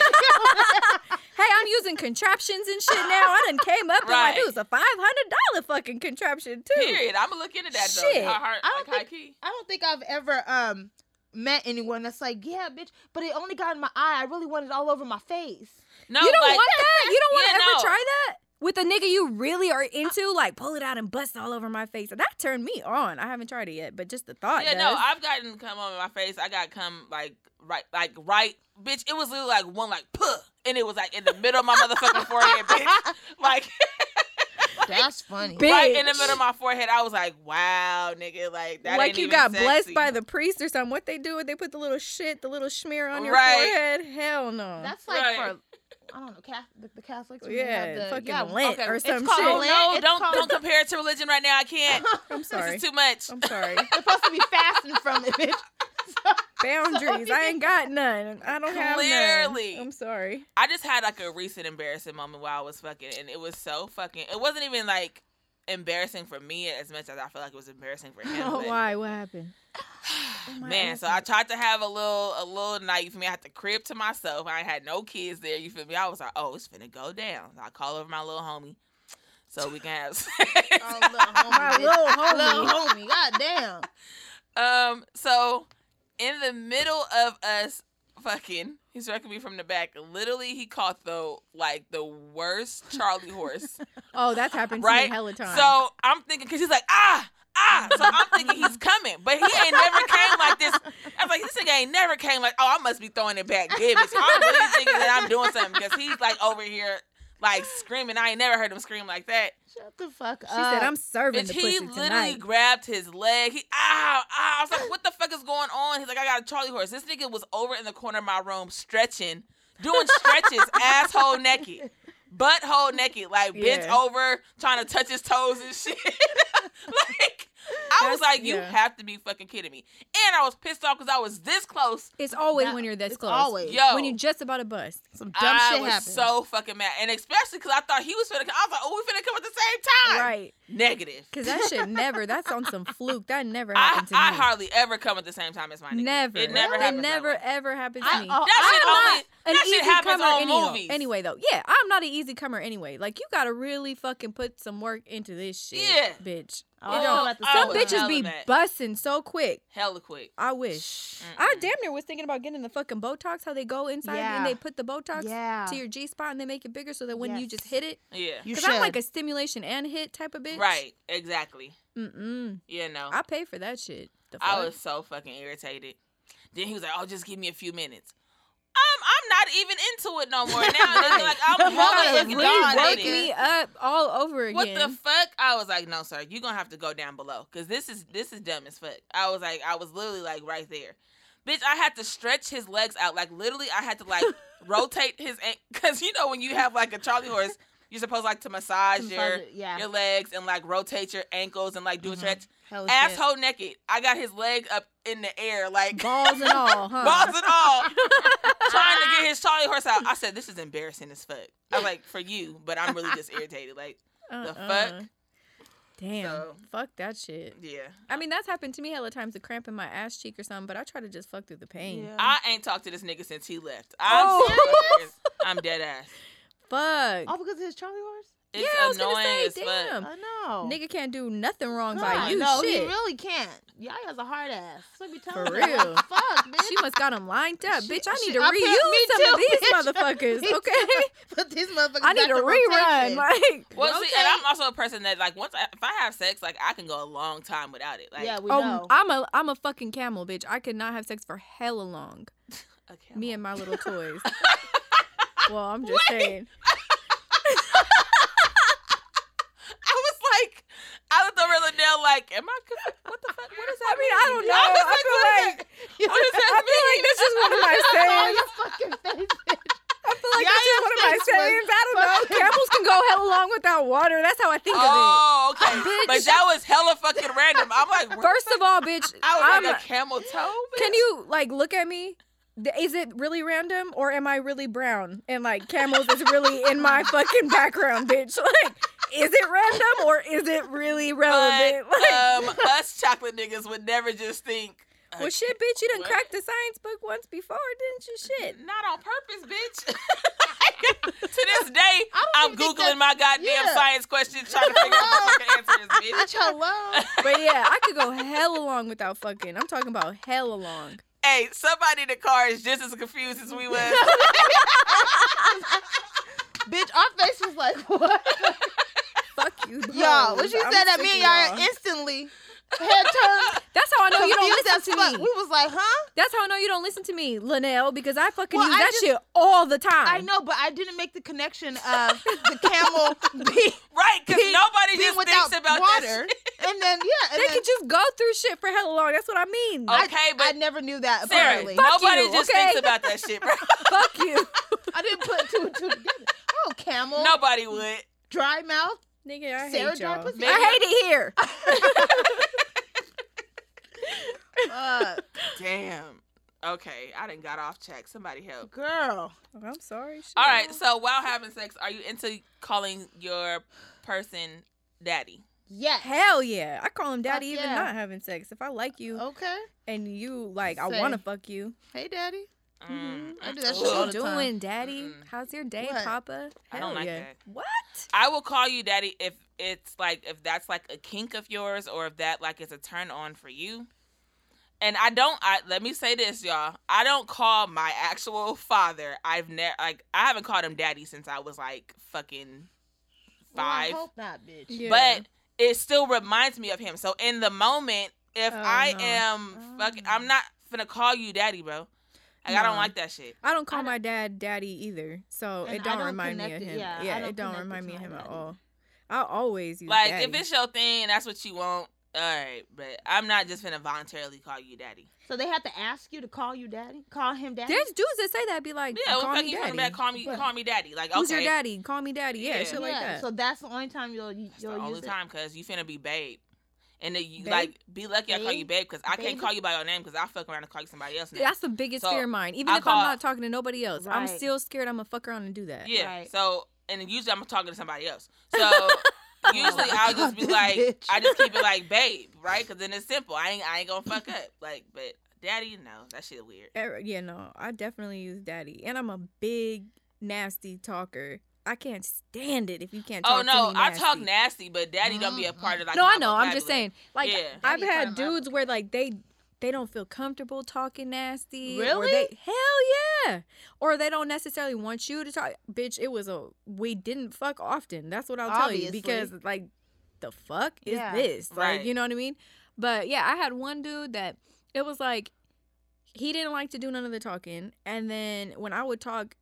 hey, I'm using contraptions and shit now. I done came up and like
Right.
it was a five hundred dollar fucking contraption too.
Period. I'm gonna look into that
Shit.
though. High heart,
I don't think-
like high key.
I don't think I've ever um met anyone that's like, yeah, bitch, but it only got in my eye. I really wanted it all over my face.
No,
you don't
like,
want that? You don't want
Yeah,
to ever
no.
try that? With a nigga you really are into, like pull it out and bust all over my face. That turned me on. I haven't tried it yet, but just the thought.
Yeah,
does.
no, I've gotten come on my face. I got come like right, like right, bitch. It was literally like one like puh, and it was like in the middle of my
(laughs)
motherfucking forehead, bitch. Like
That's funny.
Bitch.
right in the middle of my forehead, I was like, wow, nigga, like that.
like
ain't
you
even
got
sexy.
blessed by the priest or something. What they do is they put the little shit, the little smear on your
Right.
forehead. Hell no.
That's like
Right.
for I don't know, Catholic, the, the Catholics. when they
yeah,
have the,
fucking
yeah,
lint
okay,
or
it's
some
called
shit.
Oh
lint.
no!
It's
Don't
(laughs)
called-
don't compare it to religion right now. I can't. (laughs)
I'm sorry.
This is too much.
I'm
(laughs)
sorry.
You're supposed to be fasting from
(laughs)
it, bitch.
Boundaries. I ain't got none. I don't have
Clearly.
none.
(laughs)
I'm sorry.
I just had like a recent embarrassing moment while I was fucking, and it was so fucking. It wasn't even like embarrassing for me as much as I feel like it was embarrassing for
(laughs)
him. but-
Why? What happened?
(sighs)
Oh
Man, so I tried to have a little a little night. You feel me? I had the crib to myself. I ain't had no kids there. You feel me? I was like, oh, it's finna go down. So I call over my little homie, so we can have. sex. (laughs)
Oh, little homie,
my
bitch.
little
Little
homie.
homie, goddamn.
um, so in the middle of us fucking, he's wrecking me from the back. Literally, he caught the like the worst Charlie horse.
Oh, that's happened to
Right?
me hella time.
So I'm thinking, cause he's like, ah, ah. So I'm thinking he's coming, but he ain't never came like this. I'm like, this nigga ain't never came like, oh, I must be throwing it back good. Bitch. I'm really thinking that I'm doing something because he's like over here, like screaming. I ain't never heard him scream like that.
Shut the fuck up.
she said, "I'm serving
Bitch,
the
he
pussy
literally
tonight."
grabbed his leg. He ah, ah. I was like, what the fuck is going on? He's like, I got a Charlie horse. This nigga was over in the corner of my room stretching, doing
(laughs)
stretches, asshole naked. Butthole naked, like bent
Yeah.
over, trying to touch his toes and (laughs) shit. like, I was
That's-
like, you
yeah.
have to be fucking kidding me. And I was pissed off because I was this close.
It's always
Nah,
when you're this
it's
close.
always.
Yo,
When you just about to bust.
Some dumb
I
shit
was
happened.
so fucking mad, and especially because I thought he was finna. come. I was like, oh, we finna come at the same time.
Right.
Negative.
Because that
(laughs)
shit never, that's on some fluke. That never
I,
happened to me.
I hardly ever come at the same time as my nigga.
Never.
It never happens.
It
that
never
way.
ever happens to
I-
me.
oh,
That shit
I'm
only.
an
that shit
easy
happens
comer
on
anyhow-
movies.
Anyway, though, yeah, I'm not an easy comer anyway. Like you gotta really fucking put some work into this shit,
Yeah.
bitch.
Oh,
It don't-
about to
I
Some
say
was
that.
bitches
hella
be
mad.
bussing so quick.
hella quick.
I wish. I damn near was thinking about getting the fucking Botox. How they go inside
Yeah.
and they put the Botox
Yeah.
to your G spot and they make it bigger so that when you
Yes.
just hit it,
Yeah.
You
because I'm
should.
like a stimulation and hit type of bitch.
Right. Exactly.
Mm-mm.
You know.
I pay for that shit. The fuck?
I was so fucking irritated. Then he was like, "Oh, just give me a few minutes." Um, I'm not even into it
(laughs)
no more now. Nigga, like I'm
Right.
really
Really
fucking
work
done
Work
with
nigga.
it.
me up all over again.
What the fuck? I was like, "No, sir, you're gonna have to go down below because this is this is dumb as fuck." I was like, I was literally like right there, bitch. I had to stretch his legs out. Like literally, I had to like rotate his because you know when you have like a Charlie horse, you're supposed like to massage
Some
your
fuzz- yeah.
your legs and like rotate your ankles and like do a stretch.
Hell Oh, shit.
Asshole naked. I got his leg up in the air, like
balls and all, huh?
(laughs) balls and all, trying to get his Charlie horse out. I said, "This is embarrassing as fuck." I was like, "For you," but I'm really just irritated. Like, the
Uh-uh.
fuck?
Damn.
So-
Fuck that shit.
yeah,
I mean, that's happened to me hella times, the cramp in my ass cheek or something, but I try to just fuck through the pain.
Yeah.
I ain't talked to this nigga since he left. I'm,
Uh-huh. Oh.
so
(laughs)
serious. I'm dead ass.
(laughs)
Fuck.
All because of his Charlie horse?
It's
yeah, I was
annoying
gonna say,
as fuck.
damn.
I know.
Nigga can't do nothing wrong by
God,
you.
no,
shit.
he really can't. Y'all has a hard ass. So be telling
For
her, like,
real.
Fuck, bitch.
she must got them lined up.
She-
bitch, I
she-
need to
I put- me too,
reuse some
(laughs)
of
bitch.
these
Me
motherfuckers,
too.
okay?
Put these motherfuckers
I need
back
a
to
rerun.
rotation.
Like,
Well, see, and
Okay.
I'm also a person that like once I, if I have sex, like I can go a long time without it. Like,
yeah, we
oh,
know. (laughs)
I'm a I'm a fucking camel, bitch. I could not have sex for hella long.
okay,
Me and my
(laughs)
little toys. well, I'm just saying.
(laughs) I was like, I looked over at Liddell like, am I? conf- What the fuck? What is that?
I mean, I don't know.
(laughs) I was
I
like,
feel
what is that? What
like-
does that
I feel like
mean?
this is one of
(laughs)
my
All
sayings.
your fucking face. bitch.
I feel like
Yeah,
this is one of my
this one.
sayings. I don't know. Camels can go hell along without water. That's how I think of
Oh, okay.
Bitch.
But that was hella fucking random. I'm like,
(laughs) it.
where-
(laughs)
First of all, bitch,
I was
I'm, (laughs)
like a camel toe.
can
bitch?
you like look at me? th- is it really random or am I really brown? And like camels is really in
(laughs)
my fucking background, bitch. (laughs) Like, is it random or is it really relevant? (laughs)
But,
like,
uh,
um, us chocolate niggas would never just think. uh,
well, shit, bitch, you done
what?
cracked the science book once before, didn't you? Shit.
Not on purpose,
(laughs)
bitch. to this day,
I don't
I'm
even think
googling my goddamn
yeah.
science questions trying to figure out what the fucking
(laughs)
answer is, bitch.
Bitch, hello. (laughs)
But yeah, I could go hell along without fucking. I'm talking about hell along.
Hey, somebody in the car is just as confused as we
(laughs)
was.
Bitch, our face was like, (laughs) what?
(laughs) Fuck you, bros.
Y'all, what you
Oh, I'm
said at
sick
me,
of
y'all instantly head turned.
That's how I know you
confused
don't
as
listen
fuck.
to me.
We was like, huh?
That's how I know you don't listen to me, Linnell, because I fucking
Well,
use
I
that
just-
shit all the time.
I know, but I didn't make the connection of the
(laughs)
camel being,
right, because
Being-
nobody
being
just thinks
without
about
water.
that shit.
And then, yeah. And then,
They
Oh.
could just go through shit for hell along. That's what I mean.
Okay,
I
but
never knew that,
Sarah,
apparently.
Fuck
nobody
you,
just
okay?
thinks about that shit, bro.
(laughs)
Fuck you.
I didn't put two and two together. Oh, camel,
nobody would.
dry mouth.
Nigga, I
Sarah
hate y'all.
Darpus-
I hate it
(laughs)
here.
(laughs)
Uh,
Damn. Okay, I didn't got off track. Somebody help.
girl.
I'm sorry. Shit.
All right, so while having sex, are you into calling your person daddy?
Yes.
Hell yeah. I call him daddy
Fuck
even
yeah. Oh.
not having sex. If I like you
Okay.
and you like, I
Say.
want to fuck you.
Hey, daddy.
Mm.
Mm-hmm. I do that shit
What
all
you
the
doing,
time.
daddy?
Mm-mm.
How's your day,
What?
Papa?
I don't
Hell
like
yeah.
that.
What?
I will call you daddy if it's like if that's like a kink of yours or if that like is a turn on for you. And I don't I let me say this, y'all. I don't call my actual father. I've never like I haven't called him daddy since I was like fucking
Well, I
five.
hope not, bitch.
Yeah.
But it still reminds me of him. So in the moment, if
Oh,
I
no.
am fucking I'm not finna call you daddy, bro. Like I
No.
don't like that shit.
I don't call
I don't-
my dad daddy either, so
And
it
I
don't,
don't
remind me of
connect it-
him.
yeah,
Yeah,
I don't
it don't
connect it
remind
to
me of
my
him at
daddy.
all. I always use
Like
daddy.
if it's your thing and that's what you want, all right. But I'm not just gonna voluntarily call you daddy.
So they had to ask you to call you daddy? Call him daddy?
there's dudes that say that, be like,
Yeah,
call
well, fuck
me
you
daddy.
coming back? Call me,
Right.
call me daddy. Like okay,
Who's your daddy? Call me daddy. Yeah,
Yeah.
shit like
yeah,
that.
so that's the only time you'll you'll
That's the only
use it.
time, cause you finna be babe. And then you
Babe?
like be lucky I call you babe, cause I
Babe?
can't call you by your name, cause I fuck around and call you somebody else. Name.
that's the biggest
So,
fear of mine. Even
I
if
call-
I'm not talking to nobody else, I'm
Right.
still scared I'm gonna fuck around and do that.
yeah.
right.
So and then usually I'm talking to somebody
(laughs)
else. So usually
Oh, my
I'll
God,
just be
this
like,
bitch.
I just keep it like babe, right? Cause then it's simple. I ain't, I ain't gonna fuck up. Like, but daddy, no, that shit weird.
Er- Yeah, no, I definitely use daddy, and I'm a big nasty talker. I can't stand it if you can't. Talk
oh
to
no,
me
I talk
nasty. Mm-hmm.
nasty, but daddy don't be a part of like.
no,
my
I know. I'm just
vocabulary.
saying. Like
Yeah.
That'd
I've
be
had
part of my-
dudes where like they they don't feel comfortable talking nasty. Or
Really?
they, hell yeah. Or they don't necessarily want you to talk. Bitch, it was a we didn't fuck often. That's what I'll tell you
Obviously.
because like the fuck is
Yeah.
this? Like
Right.
you know what I mean? But yeah, I had one dude that it was like he didn't like to do none of the talking, and then when I would talk.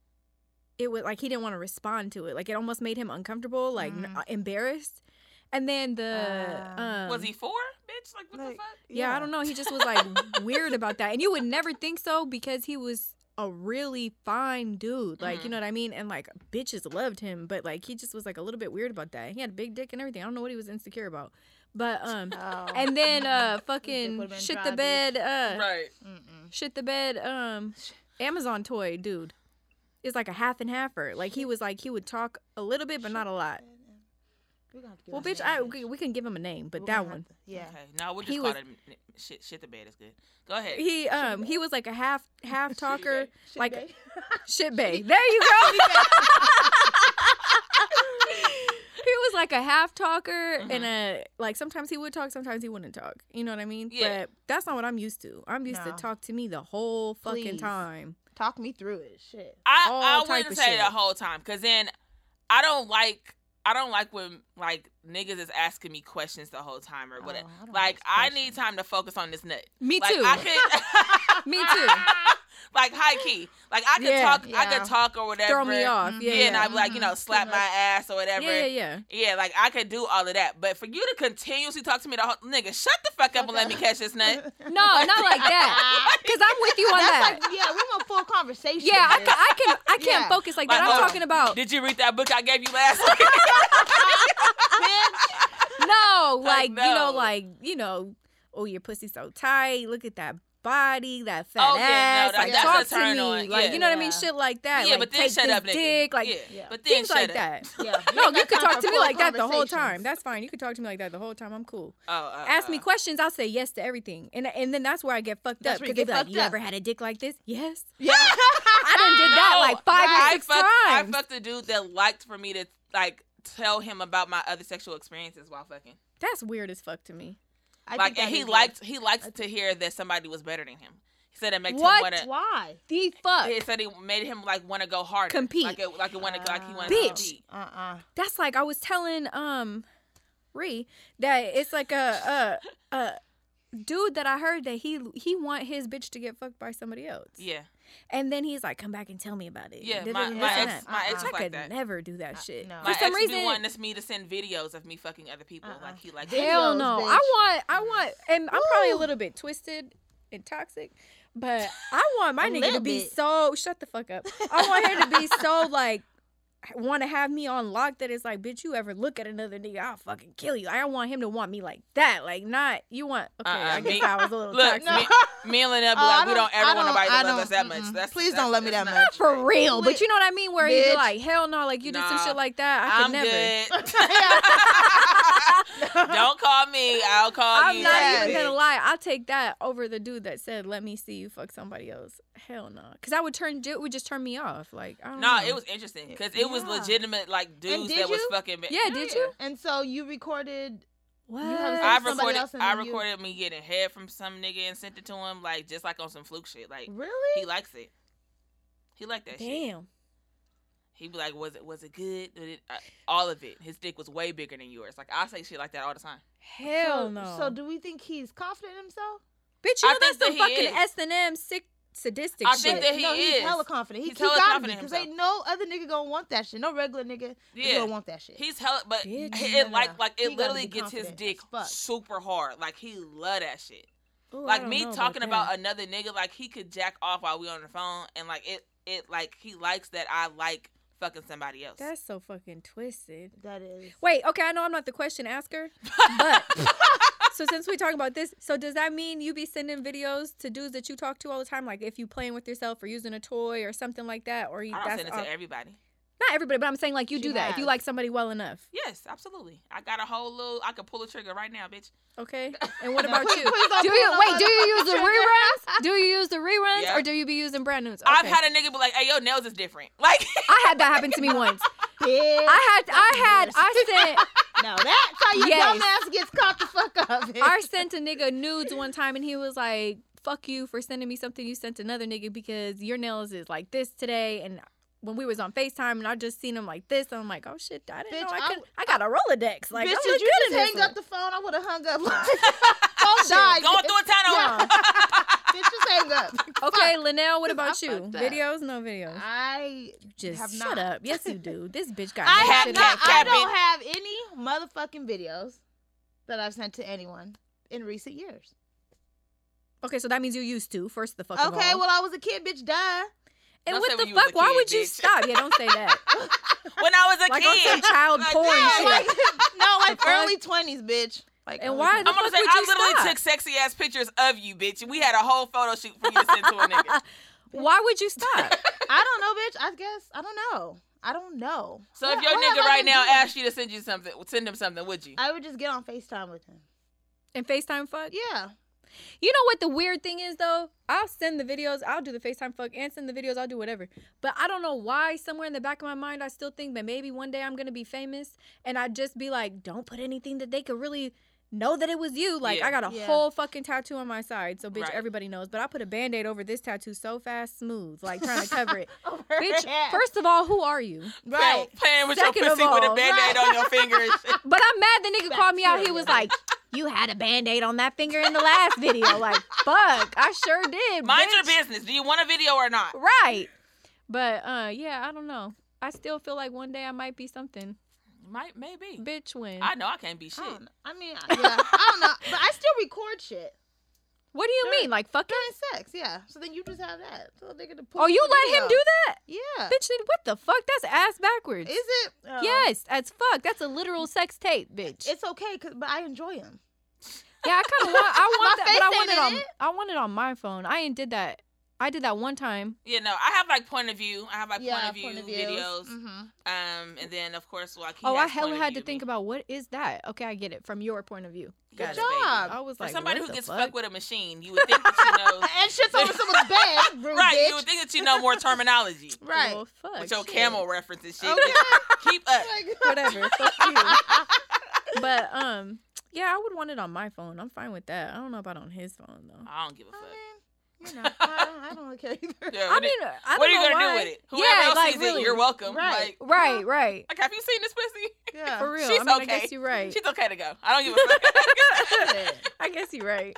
It was like he didn't want to respond to it. Like it almost made him uncomfortable, like n-
Mm.
embarrassed. And then the
Um,
um,
Ah. Was he four, bitch? Like what the
like-
fuck?
yeah, I don't know. He just was like weird about that. And you would never think so because he was a really fine dude. Like, you
Mhm.
know what I mean? And like bitches loved him, but like he just was like a little bit weird about that. He had a big dick and everything. I don't know what he was insecure about. But
(laughs)
um
Oh.
and then uh
would've
fucking
been
shit
dry,
the
bitch.
bed uh
Right.
Mm-mm.
shit the bed um Amazon toy dude. It's like a half and halfer. Like he was like he would talk a little bit but not a lot.
We're gonna have to give
Well,
him a
bitch, I
name,
we we can give him a name, but
We're gonna
that
have
one.
to- yeah.
(laughs)
Okay. No, we'll
He
just call
was-
it n- shit. Shit the bed is good. Go ahead.
He um he was like a half half talker,
Shit,
like
babe.
Shit bay. There you go. (laughs) he was like a half talker and a like sometimes he would talk, sometimes he wouldn't talk. You know what I mean?
Yeah.
But that's not what I'm used to. I'm used
No.
to talk to me the whole fucking
Please.
time.
talk me through it. Shit.
all
I, I
type
wouldn't
of
say
shit.
the whole time, cause then I don't like I don't like when like niggas is asking me questions the whole time or whatever.
Oh, I don't
like
ask
I
questions.
need time to focus on this nut.
Me
like,
too.
I
(laughs)
could, (laughs)
(laughs) Me too.
like high key. Like I could
Yeah.
talk. I
Yeah.
could talk or whatever.
Throw me off.
Mhm.
Yeah.
and
Yeah.
I'd be like, you know,
Mhm.
slap
Too
my
much.
ass or whatever.
yeah, yeah, yeah.
Yeah, like I could do all of that, but for you to continuously talk to me the whole nigga, shut the fuck up and let me catch this
(laughs)
nut.
No, not
(laughs)
like that. Cuz I'm with you on that.
(laughs) That's like, yeah, we want full conversation.
yeah, I
bitch.
can I can I can't
Yeah.
focus like, that.
Like,
I'm
hold on.
talking about
Did you read that book I gave you last week?
no,
Like,
like, you
no.
know, like you know, oh your pussy's so tight. Look at that body, that fat
Oh, yeah, no,
ass,
that-
like
that's a
talk to
turn
me,
on,
like
yeah.
you know what I mean,
Yeah.
shit like that.
(laughs) yeah,
like,
but then
take
shut
this
up, nigga.
dick, like
yeah.
Yeah.
but then
things
shut
like
up.
that.
(laughs)
(laughs)
Yeah.
No, you could talk to me like that the whole time.
conversations.
That's fine. You could talk to me like that the whole time. I'm cool.
Oh, uh,
Ask me (laughs)
uh.
questions. I'll say yes to everything, and and then that's where I get fucked
That's
up
where you
because
get
they be like,
fucked
"You
up."
ever had a dick like this?"
(laughs)
Yes,
Yeah.
(laughs) I done did that
No,
like five
I
or six
fucked, I
times.
fucked a dude that liked for me to like tell him about my other sexual experiences while fucking.
That's weird as fuck to me.
I
like,
think
and
that
he
is
liked he liked to hear that somebody was better than him. He said it makes
What?
him
like-
want
Why?
The
to.
fuck.
He said it made him like want to go harder,
Compete.
like it, like it wanted, like he wanted to
Bitch.
compete.
Uh uh
That's like I was telling um Ree that it's like a a, a dude that I heard that he he want his bitch to get fucked by somebody else.
Yeah,
And then he's like, come back and tell me about it.
yeah.
Da- da-
My,
da-
my
da-
ex,
da.
my
Uh-uh.
ex was
I
like
could
that.
never do that shit.
no.
My
For some
ex
reason,
be wanting us- me to send videos of me fucking other people.
Uh-uh.
Like he like
Damn.
Hell
videos,
no.
bitch.
I want, I want, and I'm probably a
Woo.
little bit twisted and toxic,
(laughs)
but I want my
A
nigga to
little
be
bit.
so, shut the fuck up. I want her
(laughs)
to be so like, want to have me on lock that it's like, bitch, you ever look at another nigga, I'll fucking kill you. I don't want him to want me like that. Like, not, you want,
Uh,
okay,
Uh-uh,
I guess
me-
I was
(laughs)
a little
Look,
toxic.
No.
me, me and Linnell be
Oh, I
like, we
don't-
don't ever
I
want nobody to
don't-
love
I
us that
don't-
much.
mm-mm.
That's,
Please
that's-
don't love me
that's
that
not
much.
(laughs) For real, but
Wait.
you know what I mean? Where you be
Bitch.
like, hell no, like you did some
Nah.
shit like that. I could
I'm
(laughs)
never. (laughs)
good. Don't call me. I'll call
I'm
you.
not
that
even
bitch.
gonna lie. I'll take that over the dude that said, "Let me see you fuck somebody else." Hell no, because I would turn. It would just turn me off. Like I don't
No,
know.
it was interesting because it was
Yeah.
legitimate, like dudes
did
that was
you?
fucking. ba-
Yeah, did you?
And so you recorded.
What?
have a
I
Somebody
recorded.
else and
I
then you-
recorded me getting head from some nigga and sent it to him, like just like on some fluke shit. Like he
Really?
likes it. He liked that shit.
Damn.
He'd be like, "Was it? Was it good? Did it, uh, all of it. His dick was way bigger than yours. Like I say shit like that all the time.
Hell
so,
no.
So do we think he's confident in himself?
bitch, you
I
know
think
that's some
that he
fucking
is.
S and M sick sadistic
I
shit.
think that he
no,
is.
he's hella confident. He,
He's
he
hella
gotta
confident in
because
himself.
ain't no other nigga gonna want that shit. No regular nigga is
Yeah.
gonna want that shit.
He's hella, but
Bitch.
(laughs)
it,
No, no,
like
no.
like
He
it
gotta
literally
be
gets his
confident
dick
as fuck.
super hard. Like he love that shit.
Ooh, I
like
don't
me
know
talking about, uh,
that.
another nigga, like he could jack off while we on the phone, and like it, it like he likes that I like fucking somebody else.
that's so fucking twisted.
that is.
Wait, okay, I know I'm not the
(laughs)
question asker, but so since we talking about this, so does that mean you be sending videos to dudes that you talk to all the time, like if you playing with yourself or using a toy or something like that, or you
I don't
that's
send it
off-
to everybody.
not everybody, but I'm saying like you
She
do that if you
has.
like somebody well enough,
Yes, absolutely. I got a whole little. I could pull a trigger right now, bitch.
okay?
(laughs)
And what
No,
about
please-
you?
please don't
Do
pull
you
no (laughs)
wait? Do you
motherfucking
use the
trigger.
reruns? Do you use the reruns,
Yeah.
or do you be using brand news?
I've
Okay.
had a nigga be like, "Hey, your nails is different." (laughs) Like,
I had that happen
(laughs)
to me once.
Bitch.
I had I had I sent
No, that's how your
Yes.
dumbass gets caught the fuck up. bitch.
I
(laughs)
sent a nigga nudes one time and he was like, fuck you for sending me something you sent another nigga because your nails is like this today and when we was on FaceTime and I just seen him like this, I'm like, oh shit, I didn't
Bitch,
know I
I
could. I, got a Rolodex. Like,
Bitch,
I
did
look
you just
good in this
hang up
one.
the phone? I would have
(laughs)
hung up. (laughs) Like, phone died.
going through a town
Yeah.
(laughs)
bitch, just hang
(laughs)
up.
Okay, Linnell, what about
I
you?
fucked up.
Videos? No videos.
I
just
have not.
shut up. Yes, you do. This
(laughs)
bitch got.
I
that
have
shit
not.
up.
I
Kevin.
don't have any motherfucking videos that I've sent to anyone in recent years.
Okay, so that means you used to. First, the fuck.
Okay,
of all.
well I was a kid, bitch. Duh.
and (laughs)
Don't say
what the
when you was
fuck?
a
Why
kid,
would you
bitch.
stop? Yeah, don't say that.
when (laughs) I was a
like on
kid.
some child
Like,
porn
yeah,
shit.
Like, (laughs) no, like
fuck?
early twenties, bitch. Like,
And
early
why the
20s.
I'm gonna
fuck
say
would
I
you
literally
stop?
took sexy ass pictures of you, bitch. We had a whole photo shoot for you to send to a nigga.
(laughs) Why would you stop?
I don't know, bitch. I guess I don't know. I don't know.
So
What-
if your
what have
nigga
I
right
been
now
doing?
asked you to send you something, send him something, would
Uh,
you?
I would just get on Facetime with him.
And FaceTime fuck?
Yeah.
You know what the weird thing is though? I'll send the videos, I'll do the FaceTime fuck and send the videos, I'll do whatever. But I don't know why somewhere in the back of my mind I still think that maybe one day I'm gonna be famous and I'd just be like, don't put anything that they could really know that it was you. Like
Yeah.
I got a
Yeah.
whole fucking tattoo on my side. So bitch,
Right.
everybody knows. But I put a band-aid over this tattoo so fast, smooth, like trying to
(laughs)
cover it.
Over
bitch,
her ass.
first of all, who are you?
right.
Playing- Playing with
Second
your
of
pussy with a
all,
band-aid on your finger and
(laughs)
shit.
But I'm
(laughs)
mad the nigga called me out. He was
Bacteria.
like, You had a band-aid on that finger in the last video. Like, fuck, I sure did.
Mind
bitch.
your business. Do you want a video or not?
Right. But uh yeah, I don't know. I still feel like one day I might be something.
Might maybe.
Bitch when.
I know I can't be shit.
I, don't know. I mean, I- yeah, I don't know, but I still record
(laughs)
shit
what do you mean? Like fucking
during sex. Yeah, so then you just have that. So they get to
Oh, you let him do that?
Yeah.
Bitch, then what the fuck? That's ass backwards.
Is it? Oh.
Yes, as fuck. That's a literal sex tape, bitch.
It's okay, 'cause- but I enjoy him.
Yeah, I kind of want. I want
My
that, but I
face
want it
ain't in
on.
it.
I want it on my phone. I ain't did that. I did that one time.
You know, I have like point of view. I have like point, of view videos.
hmm
(laughs) Um, and then of course, like he
Mm-hmm. oh, I
has
hella
point of
had to
view.
think about what is that. Okay, I get it from your point of view.
Got
Good
it, baby.
job.
I was
For
like,
somebody who
what the
gets
fuck?
fucked with a machine, you would think that you
(laughs)
know.
And shit's over someone's bed, rude
right, you
bitch.
would think that you know more
(laughs)
terminology
right.
Well, fuck,
with your
Oh, shit. Oh,
camel reference and shit.
Okay.
Keep up. (laughs)
Whatever. fuck
(laughs)
you. But um, yeah, I would want it on my phone. I'm fine with that. I don't know about on his phone though.
I don't give a
I
(laughs)
fuck.
mean,
(laughs)
you know, I don't, I don't really care either.
Yeah,
I
what,
mean,
it-
I don't
what are you
know
gonna
why.
do with it? Whoever
yeah,
else
like,
sees
really.
it, you're welcome.
Right.
Like,
Right, right.
like, have you seen this pussy?
Yeah.
For real.
She's
I, mean, I
okay.
guess you're right.
She's okay to go. I don't give a
(laughs)
Shit.
I guess
(laughs)
you're right.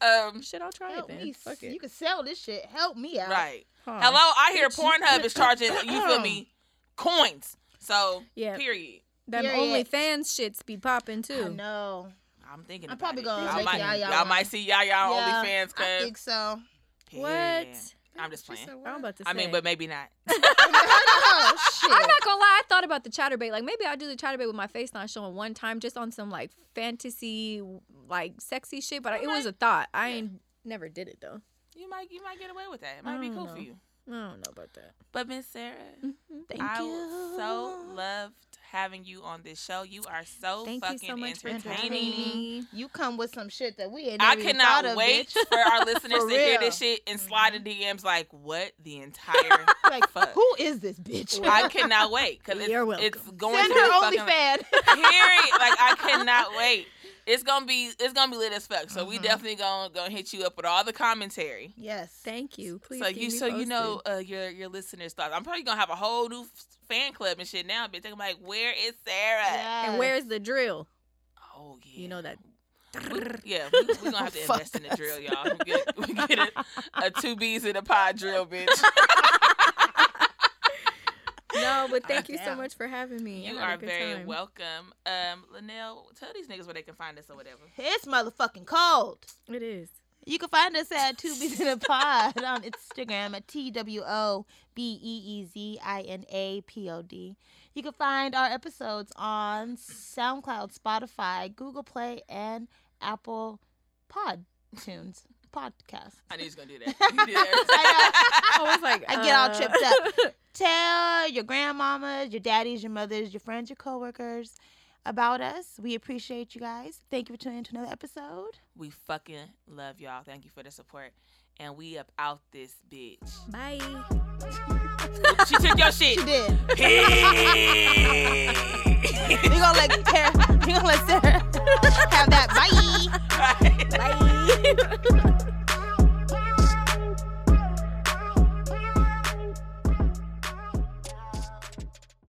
fuck. (laughs) um,
Shit, I'll try
Help
it then.
me.
Fuck
You
it.
can sell this shit. Help me out.
right.
Huh.
Hello, I hear Pornhub is
(laughs)
charging. You feel me? Coins. So
Yeah.
period.
Them
Period.
OnlyFans shits be popping too.
I know.
I'm thinking.
I'm
about
probably
it.
gonna
Y'all
take
might,
Yaya
y'all
on.
might see Yaya on
Yeah,
OnlyFans.
I
Cause
think so.
What?
Yeah. I'm just playing.
I'm about to say.
I mean, but maybe not.
(laughs) oh shit.
I'm not gonna lie. I thought about the chatterbait. Like maybe I'll do the chatterbait with my face not showing one time, just on some like fantasy, like sexy shit. But I- it was a thought. I ain't never did it though.
You might, you might get away with that. It might
I
be
don't
cool
know.
for you.
I don't know about that.
But Miss Sarah,
Mm-hmm.
Thank
I
you.
so loved having you on this show. You are so
Thank you
fucking
so much for
entertaining.
having me.
You come with some shit that we ain't
I
never even
cannot
thought of,
wait (laughs)
bitch.
for our listeners
(laughs)
For
to hear
real.
this shit
Mm-hmm.
and slide in DMs like, what the
(laughs)
entire
Like,
fuck?
who is this bitch? (laughs)
I cannot wait because
You're
it's,
welcome.
it's going
Send
to be
her
fucking
OnlyFans.
(laughs) period. Like I
(laughs)
cannot wait. It's gonna be it's gonna be lit as fuck. So we
Mm-hmm.
Mhm.
definitely gonna gonna hit you up with all the commentary.
yes.
Thank you. Please.
so
keep
you
me
so you know
posted.
uh, your your listeners thoughts. I'm probably gonna have a whole new f- fan club and shit now. Bitch, I'm like, where is Sarah?
And where's the drill?
Oh yeah.
You know that.
We- yeah, we, we gonna have to
(laughs) Fuck
invest in the
that.
drill, y'all. We get, we get a, a two B's in a pod drill, bitch.
No, but thank (laughs) you so
Damn.
much for having me. I
You
had a
are
good
very
time.
welcome. Um, Linnell, tell these niggas where they can find us or whatever.
It's motherfucking cold.
It is.
You can find us at Two Bees in a Pod on Instagram at T W O B E E Z I N A P O D. You can find our episodes on SoundCloud, Spotify, Google Play, and Apple Pod Tunes podcast.
I knew he was gonna do
(laughs)
that. You do that.
I
I was like,
I get all
uh,
tripped up. Tell your grandmamas, your daddies, your mothers, your friends, your coworkers about us. We appreciate you guys. Thank you for tuning in to another episode.
(laughs) We fucking love y'all. Thank you for the support. And we up out this bitch.
(laughs) Bye.
She took your shit.
She did.
(laughs)
we gonna let Tara, we gonna let Sarah. (laughs)